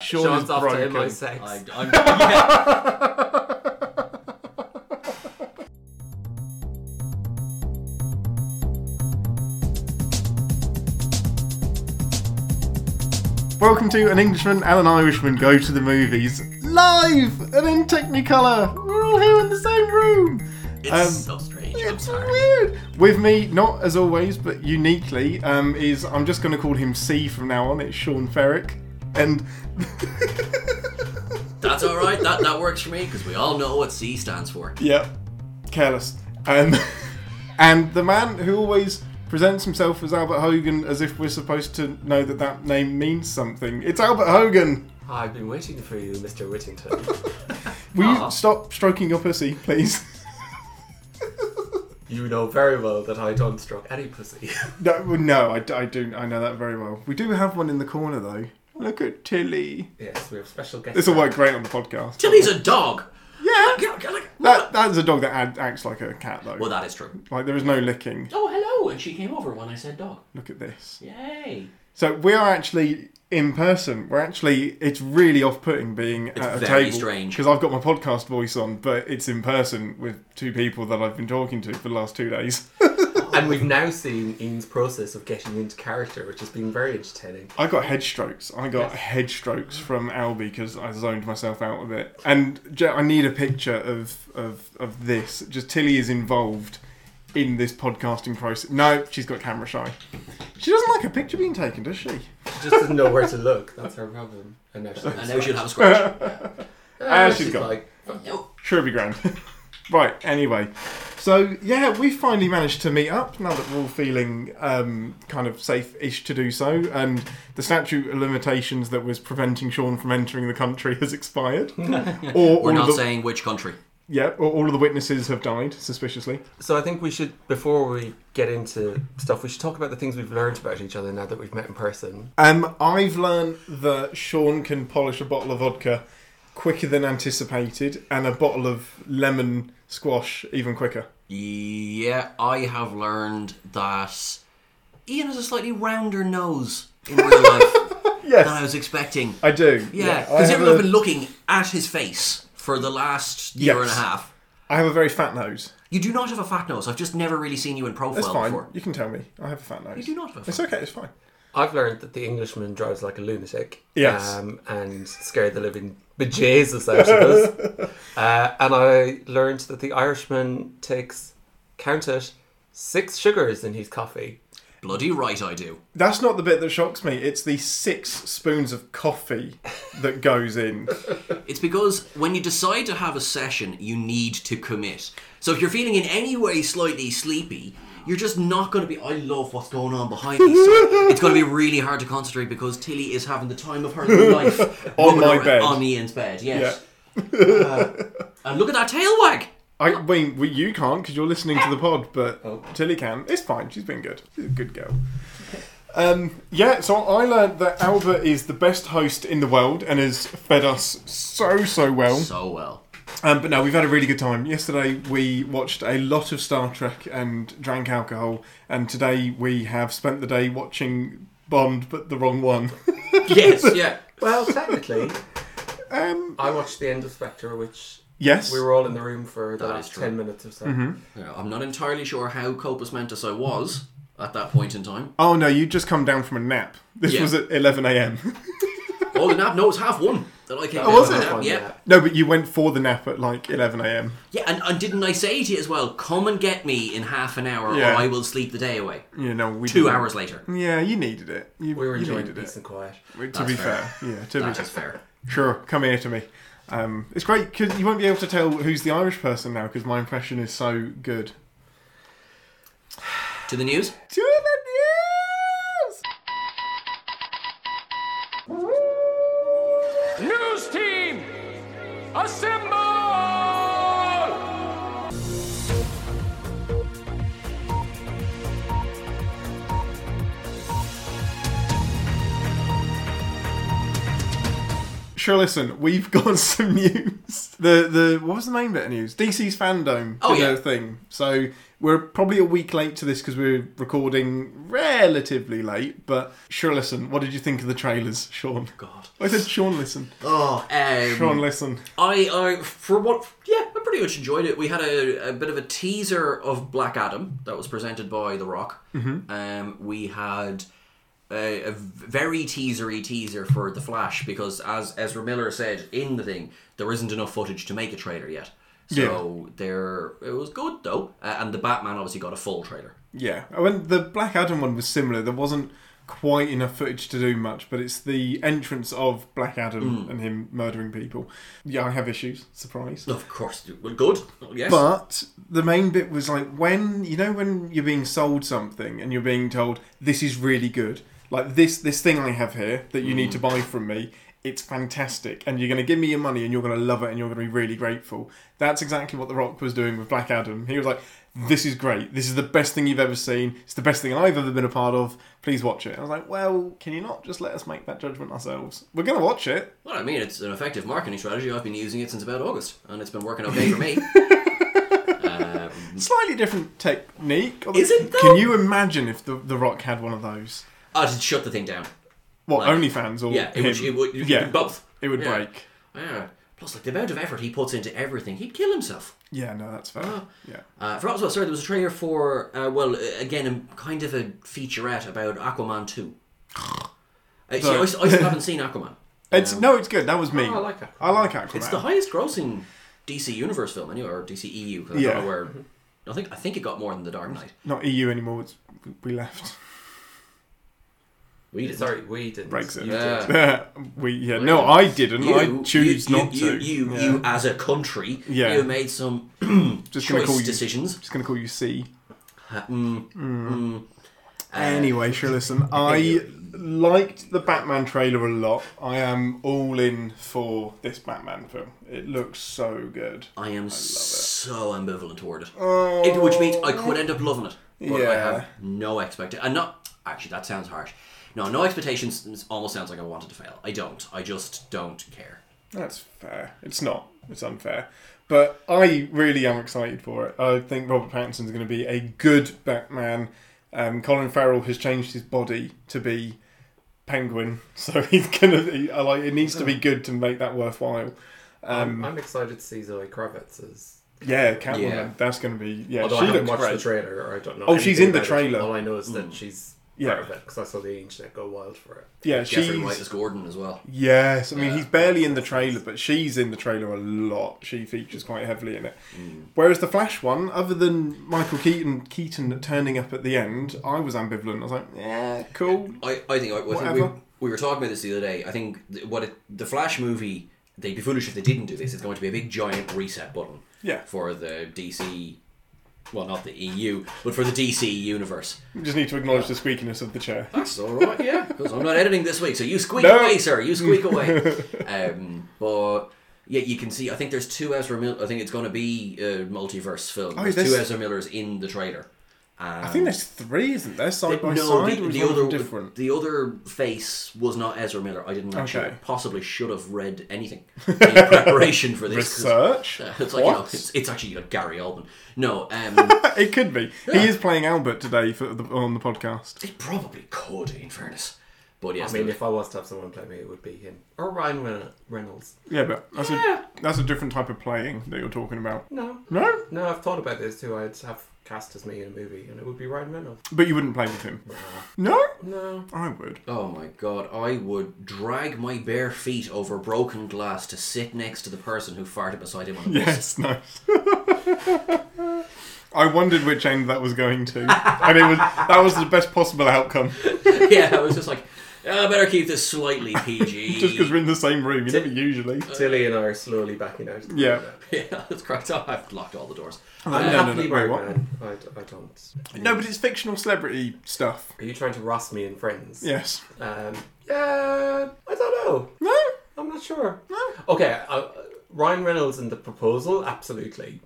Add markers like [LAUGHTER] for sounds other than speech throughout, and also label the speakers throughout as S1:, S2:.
S1: Sean's
S2: Sean's off to
S1: broken.
S2: MI6.
S3: I, I'm, yeah.
S1: Welcome to An Englishman and an Irishman Go to the Movies live and in Technicolor. We're all here in the same room.
S3: It's
S1: Um,
S3: so strange. I'm
S1: It's
S3: sorry.
S1: weird. With me, not as always, but uniquely, um, is I'm just going to call him C from now on. It's Sean Ferrick, and [LAUGHS]
S3: That's all right. That that works for me because we all know what C stands for.
S1: yep, careless. Um, [LAUGHS] and the man who always presents himself as Albert Hogan, as if we're supposed to know that that name means something. It's Albert Hogan.
S2: [LAUGHS] I've been waiting for you, Mr. Whittington.
S1: Will
S3: Aw.
S1: you stop stroking your pussy,
S3: [LAUGHS]
S1: please?
S2: you know very well that I don't stroke any pussy. [LAUGHS]
S1: No, well, no, I, I do. I know that very well. We do have one in the corner though. Look at Tilly.
S2: yes, we have special guests.
S1: This will work great on the podcast.
S3: Tilly's a dog.
S1: Yeah.
S3: Get- get- like-
S1: That that is a dog that ad- acts like a cat though.
S3: Well, that is true.
S1: Like there is no licking.
S3: Oh, hello. And she came over when I said dog.
S1: Look at this.
S3: Yay.
S1: So we are actually in person. We're actually. It's really off-putting being at a
S3: very
S1: table
S3: strange.
S1: because I've got my podcast voice on, but it's in person with two people that I've been talking to for the last two days.
S2: And we've now seen Ian's process of getting into character, which has been very entertaining.
S1: I got head strokes. I got head strokes from Albie because I zoned myself out of it. And Je- I need a picture of, of of this. Just Tilly is involved in this podcasting process. No, she's got camera shy. She doesn't like a picture being taken, does she?
S2: She just doesn't know where to look. [LAUGHS] That's her problem. And now she's
S3: And now she'll have
S1: [LAUGHS]
S3: a scratch.
S1: Ah, she's gone.
S2: like,
S3: No.
S1: Sure, it'd be grand. [LAUGHS] right. Anyway, so yeah, we finally managed to meet up now that we're all feeling um, kind of safe-ish to do so, and the statute of limitations that was preventing Sean from entering the country [LAUGHS] has expired. or
S3: [LAUGHS] We're
S1: all of
S3: not
S1: the,
S3: saying which country.
S1: yeah, or all of the witnesses have died suspiciously.
S2: So I think we should, before we get into stuff, we should talk about the things we've learned about each other now that we've met in person.
S1: Um, I've learned that Sean can polish a bottle of vodka quicker than anticipated, and a bottle of lemon squash even quicker.
S3: Yeah, I have learned that Ian has a slightly rounder nose in real life than I
S1: [LAUGHS] Yes,
S3: was expecting.
S1: I do.
S3: Yeah,
S1: I have,
S3: because everyone have
S1: a,
S3: been looking at his face for the last year and a
S1: Yes.
S3: half.
S1: I have a very fat nose.
S3: You do not have a fat nose. I've just never really seen you in profile
S1: It's fine.
S3: before.
S1: You can tell me. I have a fat nose. You
S3: do not have a
S1: It's okay. It's fine.
S2: I've learned that the Englishman drives like a lunatic.
S1: Yes.
S2: Um, and scare the living bejesus out of
S1: [LAUGHS]
S2: us. Uh, and I learned that the Irishman takes, count it, six sugars in his coffee.
S3: Bloody right, I do.
S1: That's not the bit that shocks me. It's the six spoons of coffee that goes
S3: [LAUGHS]
S1: in.
S3: It's because when you decide to have a session, you need to commit. So if you're feeling in any way slightly sleepy, you're just not going to be. I love what's going on behind
S1: [LAUGHS]
S3: me. So it's going to be really hard to concentrate because Tilly is having the time of her
S1: [LAUGHS]
S3: life
S1: On
S3: woman
S1: my
S3: around-
S1: bed.
S3: On Ian's bed, yes. Uh, and look at that tail wag.
S1: I mean, well, you can't because you're listening to the pod, but Tilly can. It's fine. She's been good. She's a good girl. Um, yeah, so I learned that Albert is the best host in the world and has fed us so, so well.
S3: So well.
S1: Um, but no, we've had a really good time. Yesterday we watched a lot of Star Trek and drank alcohol, and today we have spent the day watching Bond, but the wrong one. [LAUGHS]
S3: Yes, yeah.
S2: Well, [LAUGHS] technically,
S1: um,
S2: I watched the end of Spectre, which
S1: yes.
S2: we were all in the room for the
S3: That
S2: last
S3: is true.
S2: ten minutes or so.
S1: Mm-hmm.
S3: You know, I'm not entirely sure how copimentous I was at that point in time.
S1: oh no, you just come down from a nap. This
S3: Yeah.
S1: was at 11 a.m.
S3: Oh, the nap? No, it's half one. That I came down
S1: was
S3: with
S1: it?
S3: the nap, Yeah.
S1: [LAUGHS] no, but you went for the nap at like 11 a.m.
S3: Yeah, and, and didn't I say to you as well, come and get me in half an hour or
S1: Yeah. Mm.
S3: I will sleep the day away?
S1: You know, we
S3: 2
S1: didn't-
S3: hours later.
S1: Yeah, you needed it. You,
S2: We were
S1: you
S2: enjoying
S1: needed
S2: peace
S1: it.
S2: and quiet.
S1: To be fair.
S3: fair.
S1: yeah. To be
S3: That
S1: fair.
S3: is fair.
S1: Sure, come here to me. Um, it's great because you won't be able to tell who's the Irish person now because my impression is so good.
S3: To the news?
S1: To the
S4: News team, assemble!
S1: Sure, listen, we've [LAUGHS] got some news. The the what was the main bit of news? DC's fandom
S3: Oh,
S1: did
S3: yeah.
S1: their thing. So we're probably a week late to this because we're recording relatively late. But sure, listen, what did you think of the trailers, Sean?
S3: God.
S1: I said Sean, listen,
S3: Oh, um,
S1: Sean, listen.
S3: I, I, for what, yeah, I pretty much enjoyed it. We had a, a bit of a teaser of Black Adam that was presented by The Rock. Mm-hmm. Um, we had a, a very teasery teaser for The Flash because, as Ezra Miller said in the thing, there isn't enough footage to make a trailer yet. So there, it was good though, uh, and the Batman obviously got a full trailer.
S1: Yeah, I mean, the Black Adam one was similar. There wasn't quite enough footage to do much, but it's the entrance of Black Adam and him murdering people. Yeah, I have issues. Surprise.
S3: Of course, well, good. Yes.
S1: But the main bit was like when you know when you're being sold something and you're being told this is really good, like this this thing I have here that you need to buy from me. It's fantastic, and you're going to give me your money, and you're going to love it, and you're going to be really grateful. That's exactly what The Rock was doing with Black Adam. He was like, "This is great. This is the best thing you've ever seen. It's the best thing I've ever been a part of. Please watch it." I was like, "Well, can you not just let us make that judgment ourselves? We're going to watch it.
S3: Well, I mean, it's an effective marketing strategy. I've been using it since about August, and it's been working okay for [LAUGHS] me. um,
S1: Slightly different technique.
S3: Is it though?
S1: Can you imagine if the, the Rock had one of those?
S3: I'll just shut the thing down.
S1: What
S3: Like-
S1: OnlyFans or
S3: Yeah, it would,
S1: him?
S3: it would, it
S1: yeah,
S3: would both.
S1: It would
S3: Yeah.
S1: break.
S3: Yeah. Plus, like the amount of effort he puts into everything, he'd kill himself.
S1: Yeah, no, that's fair. yeah,
S3: Uh, for as well, sorry, there was a trailer for uh, well, uh, again, um, kind of a featurette about Aquaman two. Uh, see, I, s- I still haven't
S1: [LAUGHS]
S3: seen Aquaman. Um,
S1: it's no, it's good. That was
S3: oh,
S1: me.
S2: I like Aquaman.
S1: I like Aquaman.
S3: It's the highest grossing DC Universe film anyway, or DC EU. 'cause I
S1: Yeah.
S3: don't know where. I think I think it got more than The Dark Knight.
S1: Not EU anymore. It's, we left.
S3: We did
S2: Sorry, we didn't.
S1: Brexit.
S2: You
S3: [LAUGHS] Yeah.
S1: [LAUGHS]
S2: did.
S1: we yeah. No, I didn't. I choose
S3: you,
S1: not to.
S3: you, You, you,
S1: yeah.
S3: you as a country,
S1: Yeah.
S3: you made some [CLEARS THROAT]
S1: just gonna
S3: choice
S1: call you.
S3: decisions.
S1: Just gonna call you C. Mm.
S3: Uh,
S1: Anyway, sure. Listen, I liked the Batman trailer a lot. I am all in for this Batman film. It looks so good.
S3: I am so ambivalent toward it. It- which means I could end up loving it. But I
S1: Oh. Yeah.
S3: have no expectation. And not. Actually, that sounds harsh. No, no expectations s- almost sounds like I wanted to fail. I don't. I just don't care.
S1: That's fair. It's not. It's unfair. But I really am excited for it. I think Robert Pattinson's going to be a good Batman. Um, Colin Farrell has changed his body to be Penguin, [LAUGHS] so he's gonna. He, I like. It needs to be good to make that worthwhile. Um,
S2: I'm, I'm excited to see Zoe Kravitz as.
S1: Yeah, Catwoman.
S3: Yeah.
S1: That's going to be. Yeah,
S2: Although
S1: she
S2: I haven't
S1: looks
S2: watched the
S1: great.
S2: trailer, or I don't know.
S1: Oh, she's
S2: anything
S1: in the
S2: about it.
S1: trailer.
S2: All I know is that she's
S1: Yeah.
S2: part of it because I saw the internet go wild for it.
S1: yeah,
S3: Jeffrey Wright
S1: she's.
S3: is Gordon as well.
S1: Yes, I mean he's barely in the trailer, but she's in the trailer a lot. She features quite heavily in it.
S3: Mm.
S1: Whereas the Flash one, other than Michael Keaton Keaton turning up at the end, I was ambivalent. I was like, yeah, cool.
S3: I, I think, I, I think we,
S1: Whatever.
S3: we were talking about this the other day. I think th- what it, the Flash movie, they'd be foolish if they didn't do this. It's going to be a big giant reset button
S1: Yeah.
S3: for the DC, well, not the EU, but for the DC universe.
S1: We just need to acknowledge the squeakiness of the chair.
S3: That's all right, [LAUGHS] yeah. Because I'm not editing this week, so you squeak
S1: No.
S3: away, sir.
S1: [LAUGHS]
S3: You squeak away. Um, but yeah, you can see. I think there's two Ezra Miller. I think it's going to be a multiverse film. there's
S1: there's-
S3: two Ezra Millers in the trailer.
S1: Oh, I think there's three, isn't there? Side by
S3: no,
S1: side,
S3: the,
S1: or is
S3: the
S1: one
S3: other
S1: different.
S3: the other face was not Ezra Miller. I didn't actually
S1: Okay.
S3: possibly should have read
S1: [LAUGHS]
S3: anything in preparation for this. 'cause,
S1: Research.
S3: uh, [LAUGHS] it's like you know,
S1: What?
S3: it's, it's actually like Gary Oldman. No,
S1: [LAUGHS]
S3: um,
S1: it could be. He is playing Albert today for the, on the podcast.
S3: it probably could, in fairness. But yes,
S2: I mean,
S3: the-
S2: if I was to have someone play me, it would be him or Ryan Ren- Reynolds.
S1: Yeah, but that's a that's a different type of playing that you're talking about.
S2: No,
S1: No,
S2: no, I've thought about this too. I'd have cast as me in a movie, and it would be Ryan Reynolds.
S1: but you wouldn't play with him. No,
S2: No,
S1: I would.
S3: Oh my god, I would drag my bare feet over broken glass to sit next to the person who farted beside him on the
S1: Yes, [LAUGHS]
S3: bus. [LAUGHS]
S1: nice. I wondered which end that was going to, and it was that was the best possible outcome.
S3: yeah, I was just like, "Ah, I better keep this slightly
S1: [LAUGHS]
S3: PG.
S1: Just
S3: [LAUGHS]
S1: because we're in the same room, you never [LAUGHS] usually.
S2: Tilly and I are slowly backing out.
S1: Yeah.
S3: yeah, that's correct. [LAUGHS] Oh, I've locked all the doors.
S2: I'm
S1: No, no,
S2: happily
S1: no, wait, what?
S2: Birdman. I, I don't.
S1: No, but it's fictional celebrity stuff.
S2: Are you trying to ross me in Friends?
S1: Yes.
S2: Um, yeah, I don't know.
S1: No.
S2: I'm not sure.
S1: No.
S2: Okay, uh, Ryan Reynolds in the proposal, absolutely.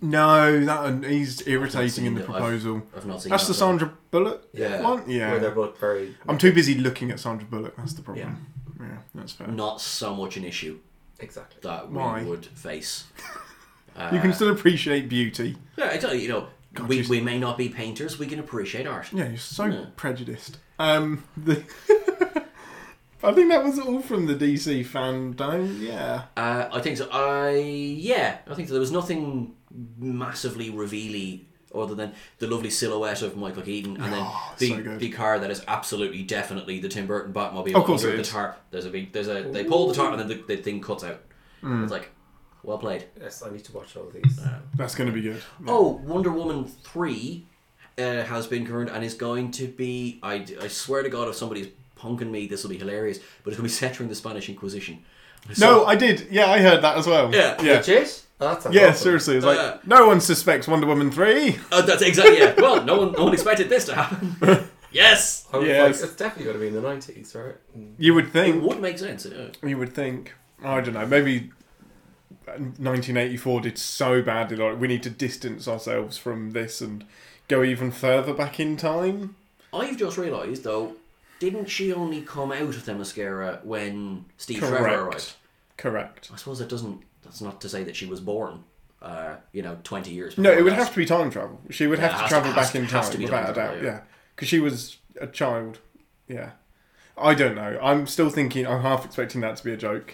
S1: No, that and he's irritating in the
S3: I've-
S1: proposal.
S3: I've, not seen
S1: That's the
S3: that film.
S1: Sandra Bullock
S2: Yeah.
S1: one.
S2: Where they're
S1: Yeah.
S2: both very.
S1: I'm too busy looking at Sandra Bullock. That's the problem. Yeah, that's fair.
S3: not so much an issue
S2: Exactly.
S3: that we
S1: Why?
S3: would face.
S1: [LAUGHS]
S3: Uh,
S1: you can still appreciate beauty.
S3: Yeah, I tell you, you know, we,
S1: you-
S3: we may not be painters, we can appreciate art.
S1: Yeah, you're so prejudiced. Um, the [LAUGHS] I think that was all from the DC fandom. Yeah,
S3: Uh, I think so. I yeah, I think so. there was nothing massively revealy other than the lovely silhouette of Michael Keaton and
S1: Oh,
S3: then
S1: so
S3: the,
S1: good.
S3: the car that is absolutely definitely the Tim Burton Batmobile
S1: Of course
S3: under
S1: it
S3: the
S1: is.
S3: tarp. There's a big there's a they pull the tarp and then the, the thing cuts out.
S1: Hmm.
S3: It's like well played.
S2: Yes, I need to watch all these.
S1: that's going to be good.
S3: Oh, Wonder Woman three uh, has been confirmed and is going to be. I, I swear to God, if somebody's punking me, this will be hilarious. But it's going to be set during the Spanish Inquisition.
S1: No,
S3: So-
S1: I did. Yeah, I heard that as well.
S3: Yeah.
S1: yeah,
S2: Legit? Oh, that sounds
S1: yeah.
S2: awesome.
S1: Seriously, it's like
S3: Uh,
S1: no one suspects Wonder Woman three.
S3: Uh, that's exactly yeah. Well, no one, no one expected this to happen.
S1: [LAUGHS]
S3: yes,
S2: I was
S1: Yes.
S2: Oh, like, it's definitely going to be in the nineties, right? Mm.
S1: You would
S3: it
S1: think.
S3: would make sense. Uh, yeah.
S1: You would think. I don't know. Maybe 1984 did so badly. Like we need to distance ourselves from this and go even further back in time.
S3: I've just realised though, didn't she only come out of the mascara when Steve Trevor arrived?
S1: Correct.
S3: I suppose that doesn't. That's not to say that she was born. Uh, you know, twenty years.
S1: No, it would
S3: before
S1: have to be time travel. She would
S3: it
S1: have
S3: has
S1: to
S3: to-
S1: travel
S3: has
S1: back
S3: to-
S1: in
S3: has to
S1: time,
S3: be
S1: without a
S3: time travel,
S1: doubt.
S3: yeah.
S1: Yeah, because she was a child. Yeah, I don't know. I'm still thinking. I'm half expecting that to be a joke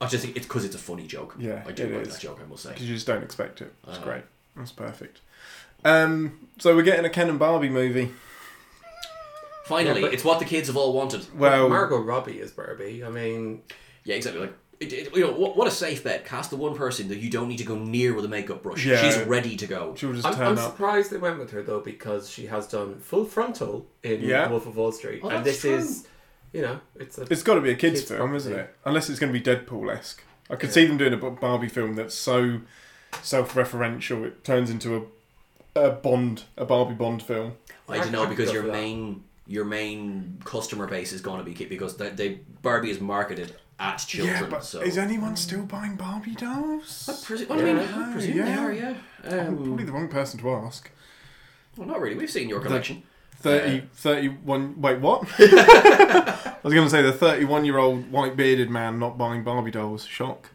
S3: that. I just think it's because it's a funny joke.
S1: Yeah,
S3: I do
S1: it
S3: like
S1: is.
S3: that joke. I must say.
S1: because you just don't expect it.
S3: Uh.
S1: It's great. That's perfect. Um, so we're getting a Ken and Barbie movie.
S3: Finally,
S2: Yeah, but-
S3: it's what the kids have all wanted.
S1: Well,
S2: Margot Robbie is Barbie. I mean,
S3: Yeah, exactly. Like, it, it, you know, what, what a safe bet. Cast the one person that you don't need to go near with a makeup brush.
S1: Yeah.
S3: She's ready to go.
S1: she'll just
S2: I'm,
S1: turn
S2: I'm
S1: up.
S2: surprised they went with her though because she has done full frontal in
S1: Yeah.
S2: Wolf of Wall Street,
S3: Oh,
S2: and
S3: that's
S2: this is, you know, it's a [LAUGHS]
S1: It's got to be a kids'
S2: Kids'
S1: film, isn't
S2: property.
S1: it? Unless it's going to be Deadpool esque. I could see them doing a B- Barbie film that's so self referential it turns into a, a Bond, a Barbie Bond film.
S3: I don't know
S2: I'd
S3: because
S2: go
S3: your
S2: for that.
S3: main your main customer base is going to be kid because they, they Barbie is marketed at children.
S1: Yeah, but
S3: so
S1: is anyone still buying Barbie dolls?
S3: Presu- well, I mean,
S1: Yeah.
S3: I presume they
S1: Yeah.
S3: are. Yeah.
S1: Probably
S3: Um,
S1: the wrong person to ask.
S3: well, not really. We've seen your collection.
S1: 30, 31, wait, [LAUGHS] what? I was going to say the 31 year old white bearded man not buying Barbie dolls. Shock.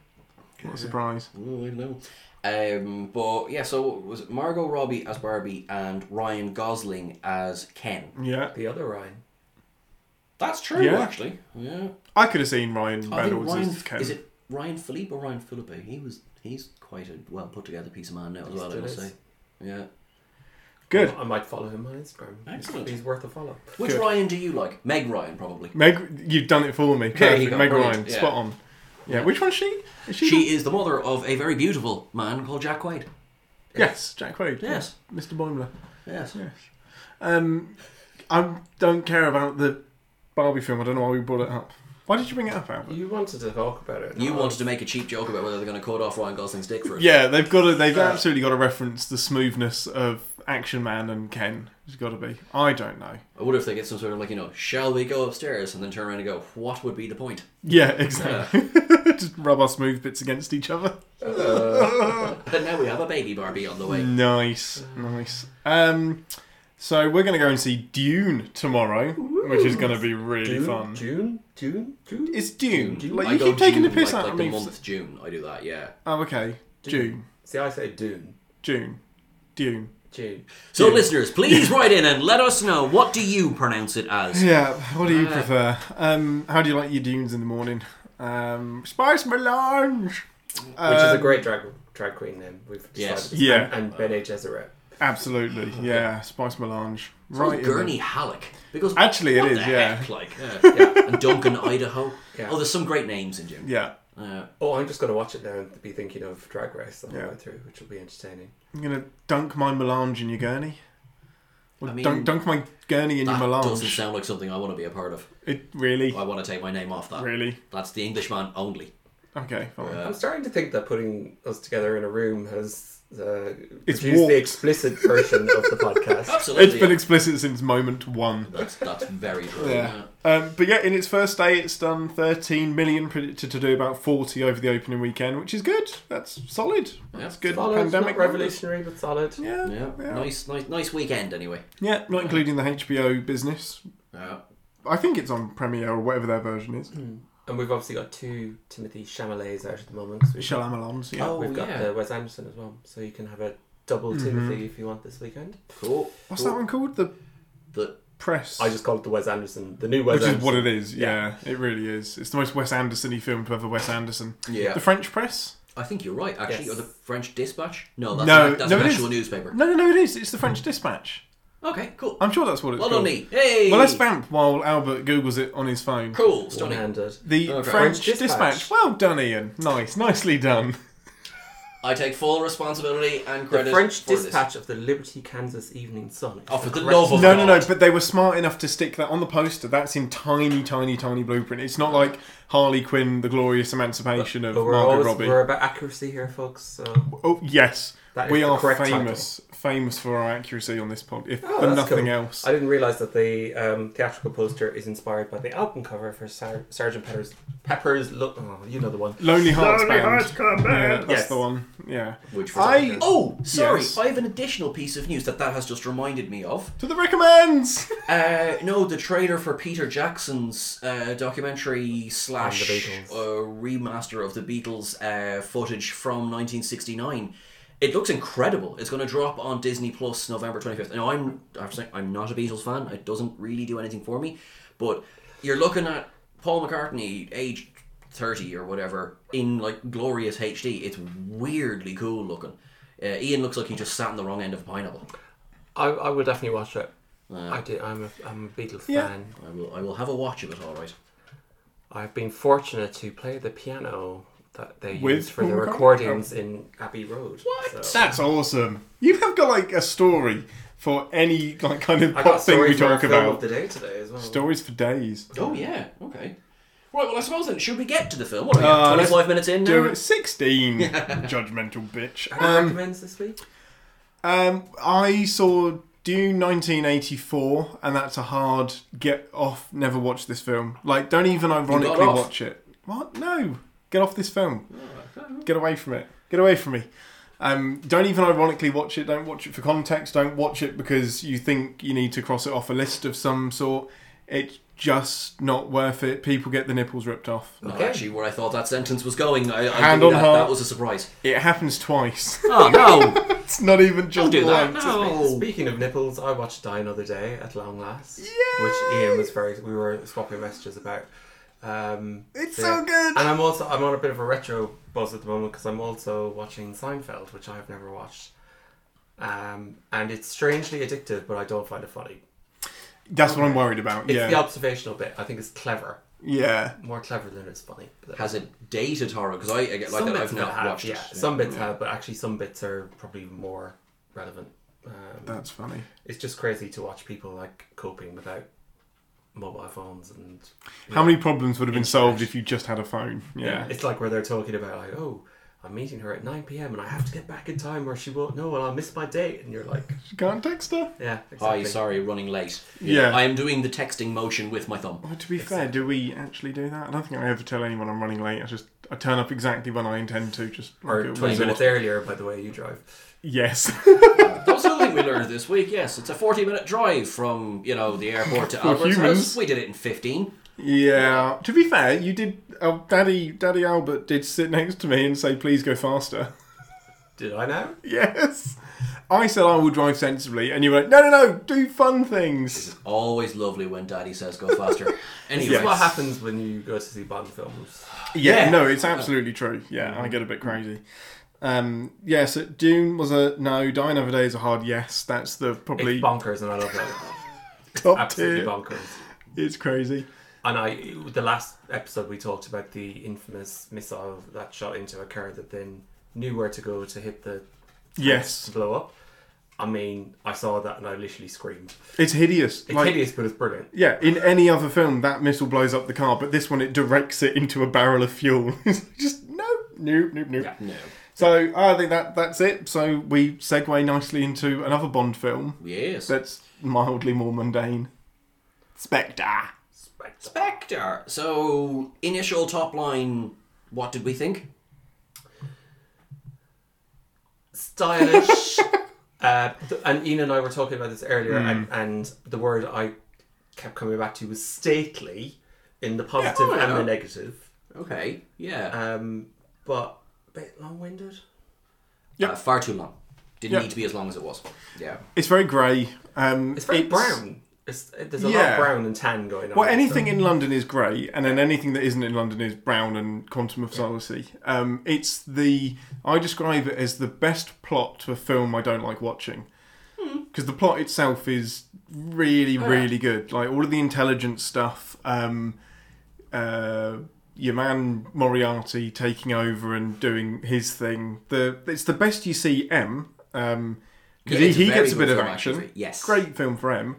S1: What a surprise.
S3: Oh, I don't know. Um, but yeah, so was it Margot Robbie as Barbie and Ryan Gosling as Ken?
S1: Yeah.
S2: the other Ryan.
S3: That's true,
S1: Yeah.
S3: actually. Yeah.
S1: I could have seen Ryan
S3: I think
S1: Reynolds
S3: Ryan,
S1: as Ken.
S3: is it Ryan Philippe or Ryan Philippe? He was he's quite a well put together piece of man now as well. I
S2: still
S3: must
S2: is.
S3: say. Yeah.
S1: Good.
S2: I might follow him on Instagram.
S3: Excellent.
S2: He's worth a follow.
S3: Which
S1: Good.
S3: Ryan do you like? Meg Ryan, probably.
S1: Meg, you've done it for me.
S3: There you
S1: Perfect.
S3: go.
S1: Meg
S3: Brilliant.
S1: Ryan,
S3: Yeah.
S1: spot on. Yeah, which one's she? Is she?
S3: She is the mother of a very beautiful man called Jack Quaid.
S1: yes, Jack Quaid.
S3: Yes.
S1: Mr. Boimler.
S3: Yes.
S1: Yes. Um, I don't care about the Barbie film. I don't know why we brought it up. Why did you bring it up, Albert?
S2: You wanted to talk about it. Uh,
S3: You
S2: No,
S3: wanted to make a cheap joke about whether they're going to cut off Ryan Gosling's dick for it.
S1: Yeah, they've got to. They've absolutely got to reference the smoothness of Action Man and Ken. It's got to be. I don't know.
S3: I wonder if they get some sort of like, you know, shall we go upstairs and then turn around and go, what would be the point? [LAUGHS]
S1: [LAUGHS] Yeah, exactly. [LAUGHS] Just rub our smooth bits against each other.
S2: uh,
S3: But now we have a baby Barbie on the
S1: Mm.
S3: way.
S1: Nice, nice. Um, so we're going to go and see Dune tomorrow, which is going to be really
S2: June,
S1: fun.
S2: June, June, June.
S1: It's Dune.
S2: Dune.
S1: Like
S3: I
S1: you
S3: go
S1: keep taking the
S3: June,
S1: piss
S3: like,
S1: out
S3: like
S1: of
S3: the
S1: me.
S3: month June. I do that, yeah.
S1: Oh, okay. June,
S2: See, I say Dune.
S1: June, Dune.
S2: June.
S3: So
S1: [LAUGHS]
S3: listeners, please write in and let us know what do you pronounce it as.
S1: Yeah. What do you prefer? Um, how do you like your Dunes in the morning? Um, Spice Melange. Um,
S2: Which is a great drag drag queen name. We've decided.
S3: Yes.
S1: Yeah.
S2: And, and Bene Gesserit.
S1: Absolutely. Yeah. Spice Melange.
S3: Right,
S1: Right. in
S3: Gurney
S1: the-
S3: Halleck. Because
S1: Actually, it
S3: what
S1: is,
S3: the
S1: yeah.
S3: heck, like, yeah, yeah. and Duncan Idaho.
S2: Yeah.
S3: Oh, there's some great names in June.
S1: Yeah.
S3: Uh,
S2: Oh, I'm just going to watch it now and be thinking of Drag Race the whole
S1: Yeah.
S2: way through, which will be entertaining.
S1: I'm gonna dunk my melange in your gurney. Or
S3: I mean,
S1: dunk, dunk my gurney in your
S3: that
S1: melange.
S3: doesn't sound like something I want to be a part of.
S1: It really,
S3: I want to take my name off that.
S1: really.
S3: That's the Englishman only.
S1: Okay, fine.
S3: Uh,
S2: I'm starting to think that putting us together in a room has uh,
S1: It's
S2: produced
S1: warped.
S2: the explicit version of the
S1: [LAUGHS]
S2: podcast.
S3: Absolutely.
S1: it's been explicit since moment one.
S3: that's, that's very true.
S1: Yeah. Um, but yeah, in its first day, it's done 13 million, predicted to do about 40 over the opening weekend, which is good. That's solid. That's good.
S2: Solid,
S1: Pandemic
S2: not revolutionary, but solid.
S1: Yeah,
S3: Yeah. Yeah.
S1: yeah.
S3: Nice, nice, nice weekend anyway.
S1: Yeah, not including the HBO business.
S3: Yeah.
S1: I think it's on Premiere or whatever their version is.
S2: Hmm. And we've obviously got two Timothy Chamalets out at the moment. 'cause we've got-
S1: Shalamalons, yeah. Mm-hmm.
S3: Oh,
S2: We've got
S3: yeah.
S2: the Wes Anderson as well, so you can have a double Timothy if you want this weekend.
S3: Cool.
S1: What's that one called? The
S3: The,
S1: Press.
S2: I just call it the Wes Anderson, the new Wes
S1: Which is
S2: Anderson.
S1: what it is, yeah. It really is. It's the most Wes Anderson-y film to ever Wes Anderson.
S3: Yeah.
S1: The French press?
S3: I think you're right, actually.
S2: Yes.
S3: Or the French Dispatch? No, that's,
S1: No,
S3: an, that's
S1: no,
S3: an
S1: it
S3: actual
S1: is.
S3: newspaper.
S1: No, no, no, it is. It's the French Dispatch.
S3: Okay, cool.
S1: I'm sure that's what it's
S3: Well done,
S1: called.
S3: me. Hey!
S1: Well, let's vamp while Albert Googles it on his phone.
S3: Cool, stunning.
S2: One-handed.
S1: The
S3: Okay.
S1: French
S2: French
S1: dispatch.
S2: Dispatch.
S1: Well done, Ian. Nice. Nicely done.
S3: I take full responsibility and
S2: The
S3: credit
S2: French
S3: for
S2: Dispatch of the Liberty, Kansas Evening Sun.
S3: Oh, for the
S2: Correct.
S3: love of-
S1: No, no, no.
S3: God.
S1: But they were smart enough to stick that on the poster. That's in tiny, tiny, tiny blueprint. It's not like Harley Quinn, the glorious emancipation of
S2: But we're,
S1: Margot
S2: always,
S1: Robbie.
S2: we're about accuracy here, folks. So
S1: Oh, yes.
S2: That is
S1: We
S2: the
S1: are
S2: correct
S1: famous, famous for our accuracy on this pod, if
S2: Oh,
S1: for
S2: that's
S1: nothing
S2: cool.
S1: else.
S2: I didn't realize that the um, theatrical poster is inspired by the album cover for Sar- Sergeant Pepper's. Pepper's look. Oh, you know the one.
S1: Lonely Hearts
S2: Lonely
S1: Band.
S2: Hearts Club
S1: Yeah,
S2: Band.
S1: that's
S2: Yes.
S1: the one. Yeah.
S3: Which was
S1: I
S3: Oh, sorry.
S1: Yes.
S3: I have an additional piece of news that that has just reminded me of.
S1: to the
S2: [LAUGHS]
S1: recommends.
S3: Uh, no, the trailer for Peter Jackson's uh, documentary slash
S2: Beatles.
S3: uh, remaster of the Beatles uh, footage from 1969. It looks incredible. It's going to drop on Disney Plus November 25th. Now, I'm I have to say I'm not a Beatles fan. It doesn't really do anything for me. But you're looking at Paul McCartney, aged 30 or whatever, in like glorious HD. It's weirdly cool looking. Uh, Ian looks like he just sat in the wrong end of a pineapple.
S2: I, I will definitely watch it. I do. I'm a, I'm a Beatles
S1: Yeah.
S2: fan.
S3: I will I will have a watch of it. All right.
S2: I've been fortunate to play the piano that they
S1: With
S2: used for
S1: Paul
S2: the
S1: McCartney?
S2: recordings in Abbey Road. What?
S1: That's awesome. You have got like a story for any like kind of pop
S2: I got
S1: thing we
S2: stories for our
S1: talk
S2: film
S1: about.
S2: of the day today as well.
S1: Stories for days.
S3: Oh yeah, okay. Right, well I suppose then should we get to the film? What are we
S1: Uh,
S3: at,
S1: let's
S3: Twenty-five minutes in
S1: Do
S3: now.
S1: it.
S2: [LAUGHS]
S1: Sixteen. judgmental bitch.
S2: Any
S1: Um,
S2: recommends this week?
S1: um, I saw Dune 1984, and that's a hard get off. Never watch this film. Like, don't even ironically
S3: off?
S1: watch it. What? No. Get off this film. Get away from it. Get away from me. Um, don't even ironically watch it. Don't watch it for context. Don't watch it because you think you need to cross it off a list of some sort. It's just not worth it. People get the nipples ripped off.
S3: Not
S2: Okay.
S3: actually where I thought that sentence was going. I, I
S1: Hand on
S3: think that,
S1: heart.
S3: that was a surprise.
S1: It happens twice. [LAUGHS]
S3: Oh no!
S1: it's not even just
S3: do that.
S1: once.
S3: No.
S2: Speaking of nipples, I watched Die Another Day at long last,
S1: Yay!
S2: which Ian was very. We were swapping messages about. Um,
S1: It's
S2: the-
S1: so good.
S2: And I'm also I'm on a bit of a retro buzz at the moment because I'm also watching Seinfeld, which I've never watched. Um, and it's strangely addictive, but I don't find it funny.
S1: That's what I'm worried about.
S2: It's
S1: yeah.
S2: the observational bit. I think it's clever,
S1: Yeah.
S2: more clever than it's funny. But
S3: Has it dated horror? Because I, I get like that. I've
S2: of it
S3: not
S2: have,
S3: watched
S2: yeah,
S3: it. Yeah.
S2: Some bits have, but actually some bits are probably more relevant. Um,
S1: That's funny.
S2: it's just crazy to watch people like coping without mobile phones and
S1: How many problems would have been solved if you just had a phone? Yeah.
S2: it's like where they're talking about like oh i'm meeting her at 9 p.m and i have to get back in time or she won't know and i'll miss my date and you're like
S1: You can't text her.
S2: yeah
S3: Hi,
S2: exactly.
S3: sorry, running late.
S1: Yeah.
S3: I am doing the texting motion with my thumb.
S1: Well, Oh, to be fair, do we actually do that? I don't think I ever tell anyone I'm running late. I just I turn up exactly when I intend to. Just
S2: or
S1: like it
S2: 20
S1: was-
S2: minutes earlier by the way you drive
S1: Yes. [LAUGHS]
S3: That's something we learned this week. Yes, it's a forty-minute drive from you know the airport to
S1: For
S3: Albert's
S1: humans.
S3: house. We did it in fifteen.
S1: yeah. To be fair, you did. Uh, Daddy, Daddy Albert did sit next to me and say, "Please go faster." [LAUGHS]
S2: did i now
S1: yes. I said I will drive sensibly, and you were like, "No, no, no, do fun things."
S3: Always lovely when Daddy says go faster. anyway,
S2: This is what happens when you go to see bond films
S1: Yeah,
S3: Yeah.
S1: no, it's absolutely true. Yeah, I get a bit crazy. Um, yeah, so Dune was a no. Die Another Day is a hard yes. That's the probably
S2: it's bonkers and i love that
S1: top
S2: absolutely
S1: tier.
S2: bonkers
S1: It's crazy.
S2: And I, the last episode we talked about the infamous missile that shot into a car that then knew where to go to hit the to
S1: Yes,
S2: blow up. I mean, I saw that and I literally screamed.
S1: it's hideous.
S2: It's
S1: Like,
S2: hideous, but it's brilliant.
S1: Yeah, in any other film, that missile blows up the car, but this one it directs it into a barrel of fuel. [LAUGHS] It's just no, nope, nope, nope.
S2: Yeah.
S3: No.
S1: So I think that that's it. So we segue nicely into another Bond film
S3: Yes.
S1: that's mildly more mundane. Spectre.
S2: Spectac-
S3: Spectre. So, initial top line, what did we think?
S2: Stylish. uh, th- and Ian and I were talking about this earlier, and, and the word I kept coming back to was stately in the positive
S3: Yeah, I
S2: and the
S3: know.
S2: negative,
S3: Okay. Yeah.
S2: um, but a bit long winded.
S1: Yep.
S3: Uh, far too long. Didn't
S1: Yep.
S3: need to be as long as it was. Yeah.
S1: It's very grey. Um,
S2: It's very brown. It's, there's a lot
S1: Yeah.
S2: of brown and tan going on.
S1: Well, anything in London is grey, and then anything that isn't in London is brown and quantum of solacy. Um, it's the I describe it as the best plot to a film I don't like watching because the plot itself is really, really good. Like all of the intelligence stuff. Um, uh, your man Moriarty taking over and doing his thing. The it's the best you see M because
S3: Yeah,
S1: he,
S3: it's a
S1: he
S3: very
S1: gets a
S3: good
S1: bit of
S3: film,
S1: action.
S3: actually. Yes.
S1: great film for M,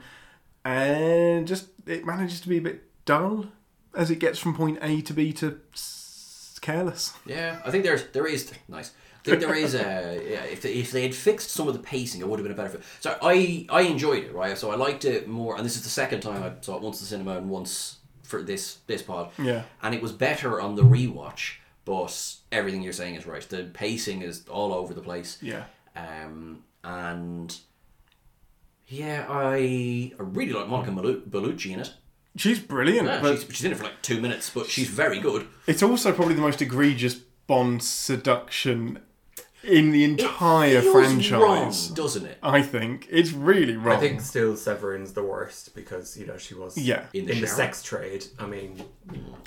S1: and just it manages to be a bit dull as it gets from point A to B to s- careless.
S3: Yeah. I think there's there is nice. I think there is a [LAUGHS] yeah, if they, if they had fixed some of the pacing, it would have been a better film. So I I enjoyed it right. So I liked it more, and this is the second time I saw it once in the cinema and once for this this pod.
S1: Yeah.
S3: And it was better on the rewatch, but everything you're saying is right. The pacing is all over the place.
S1: Yeah.
S3: Um, and yeah, I, I really like Monica Bellu- Bellucci in it.
S1: She's brilliant,
S3: Yeah,
S1: but
S3: she's, she's in it for like two minutes, but she's very good.
S1: It's also probably the most egregious Bond seduction in the entire
S3: Feels
S1: franchise.
S3: wrong, doesn't it?
S1: I think it's really wrong.
S2: I think still Severin's the worst because you know she was
S1: Yeah.
S3: In
S2: in
S3: the
S2: the,
S3: shower.
S2: sex trade. I mean,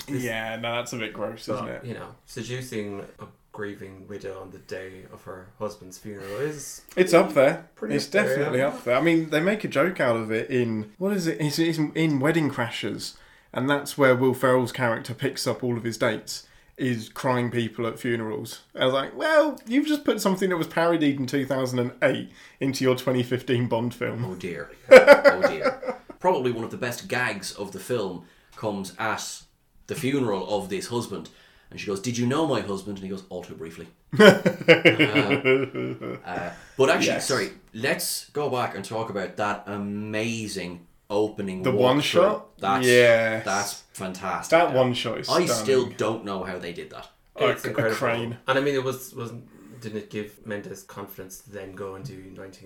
S1: yeah, no, that's a bit gross, isn't
S2: but,
S1: it?
S2: you know, seducing a grieving widow on the day of her husband's funeral is
S1: It's up there.
S2: Pretty
S1: it's
S2: up there,
S1: definitely
S2: yeah.
S1: up there. I mean, they make a joke out of it in what is it? It's, it's in Wedding Crashers, and that's where Will Ferrell's character picks up all of his dates. Is crying people at funerals. I was like, well, you've just put something that was parodied in 2008 into your 2015 Bond film.
S3: Oh dear. Oh dear. [LAUGHS] Probably one of the best gags of the film comes at the funeral of this husband. And she goes, Did you know my husband? And he goes, All too briefly. Uh, uh, but actually,
S1: Yes.
S3: sorry, let's go back and talk about that amazing opening
S1: The one
S3: walkthrough.
S1: shot?
S3: That's,
S1: Yes.
S3: That's fantastic.
S1: That one shot is
S3: I
S1: stunning.
S3: still don't know how they did that.
S2: it's
S1: a
S2: incredible.
S1: crane.
S2: And I mean, it was was didn't it give Mendes confidence to then go and do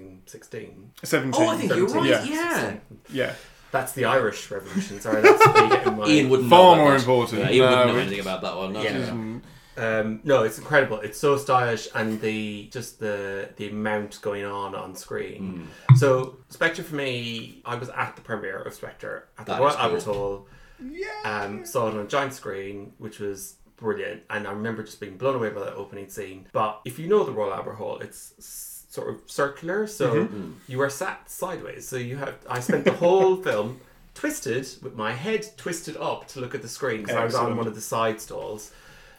S2: 1916?
S1: 17.
S3: Oh, I think you're right. Yeah.
S1: 17, Yeah.
S2: That's the Irish Revolution. Sorry, that's what you get in mind.
S3: [LAUGHS] Ian wouldn't know.
S1: Oh, Far
S3: about
S1: more
S3: that.
S1: important.
S3: Yeah, Ian wouldn't
S1: No,
S3: know
S1: it-
S3: anything about that one. No,
S2: Yeah.
S3: no, no.
S2: Um, no, it's incredible. It's so stylish, and the just the the amount going on on screen.
S3: Hmm.
S2: So Spectre for me, I was at the premiere of Spectre at the
S3: That
S2: Royal
S3: is cool.
S2: Albert Hall.
S1: Yeah.
S2: Um, saw it on a giant screen, which was brilliant, and I remember just being blown away by that opening scene. But if you know the Royal Albert Hall, it's s- sort of circular, so
S1: Mm-hmm.
S2: you are sat sideways. So you have I spent
S1: [LAUGHS]
S2: the whole film twisted with my head twisted up to look at the screen because I was on
S1: Excellent.
S2: one of the side stalls.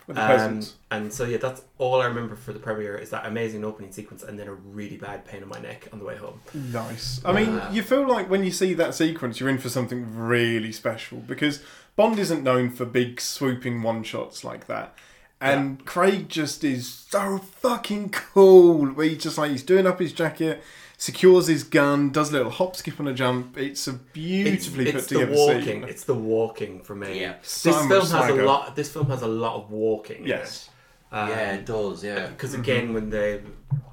S1: With the
S2: Um,
S1: peasants.
S2: and so yeah, that's all I remember for the premiere is that amazing opening sequence, and then a really bad pain in my neck on the way home.
S1: Nice. I mean, you feel like when you see that sequence, you're in for something really special because Bond isn't known for big swooping one shots like that. And Craig just is so fucking cool. Where he's just like, he's doing up his jacket, secures his gun, does a little hop, skip, and a jump. It's a beautifully
S2: it's
S1: put
S2: the
S1: together
S2: walking.
S1: scene.
S2: It's the walking for me.
S3: Yeah.
S2: This
S1: So
S2: film
S1: much
S2: has
S1: swagger.
S2: a lot. This film has a lot of walking.
S1: Yes. Mm-hmm.
S3: yeah, it does. Yeah.
S2: Because again, when they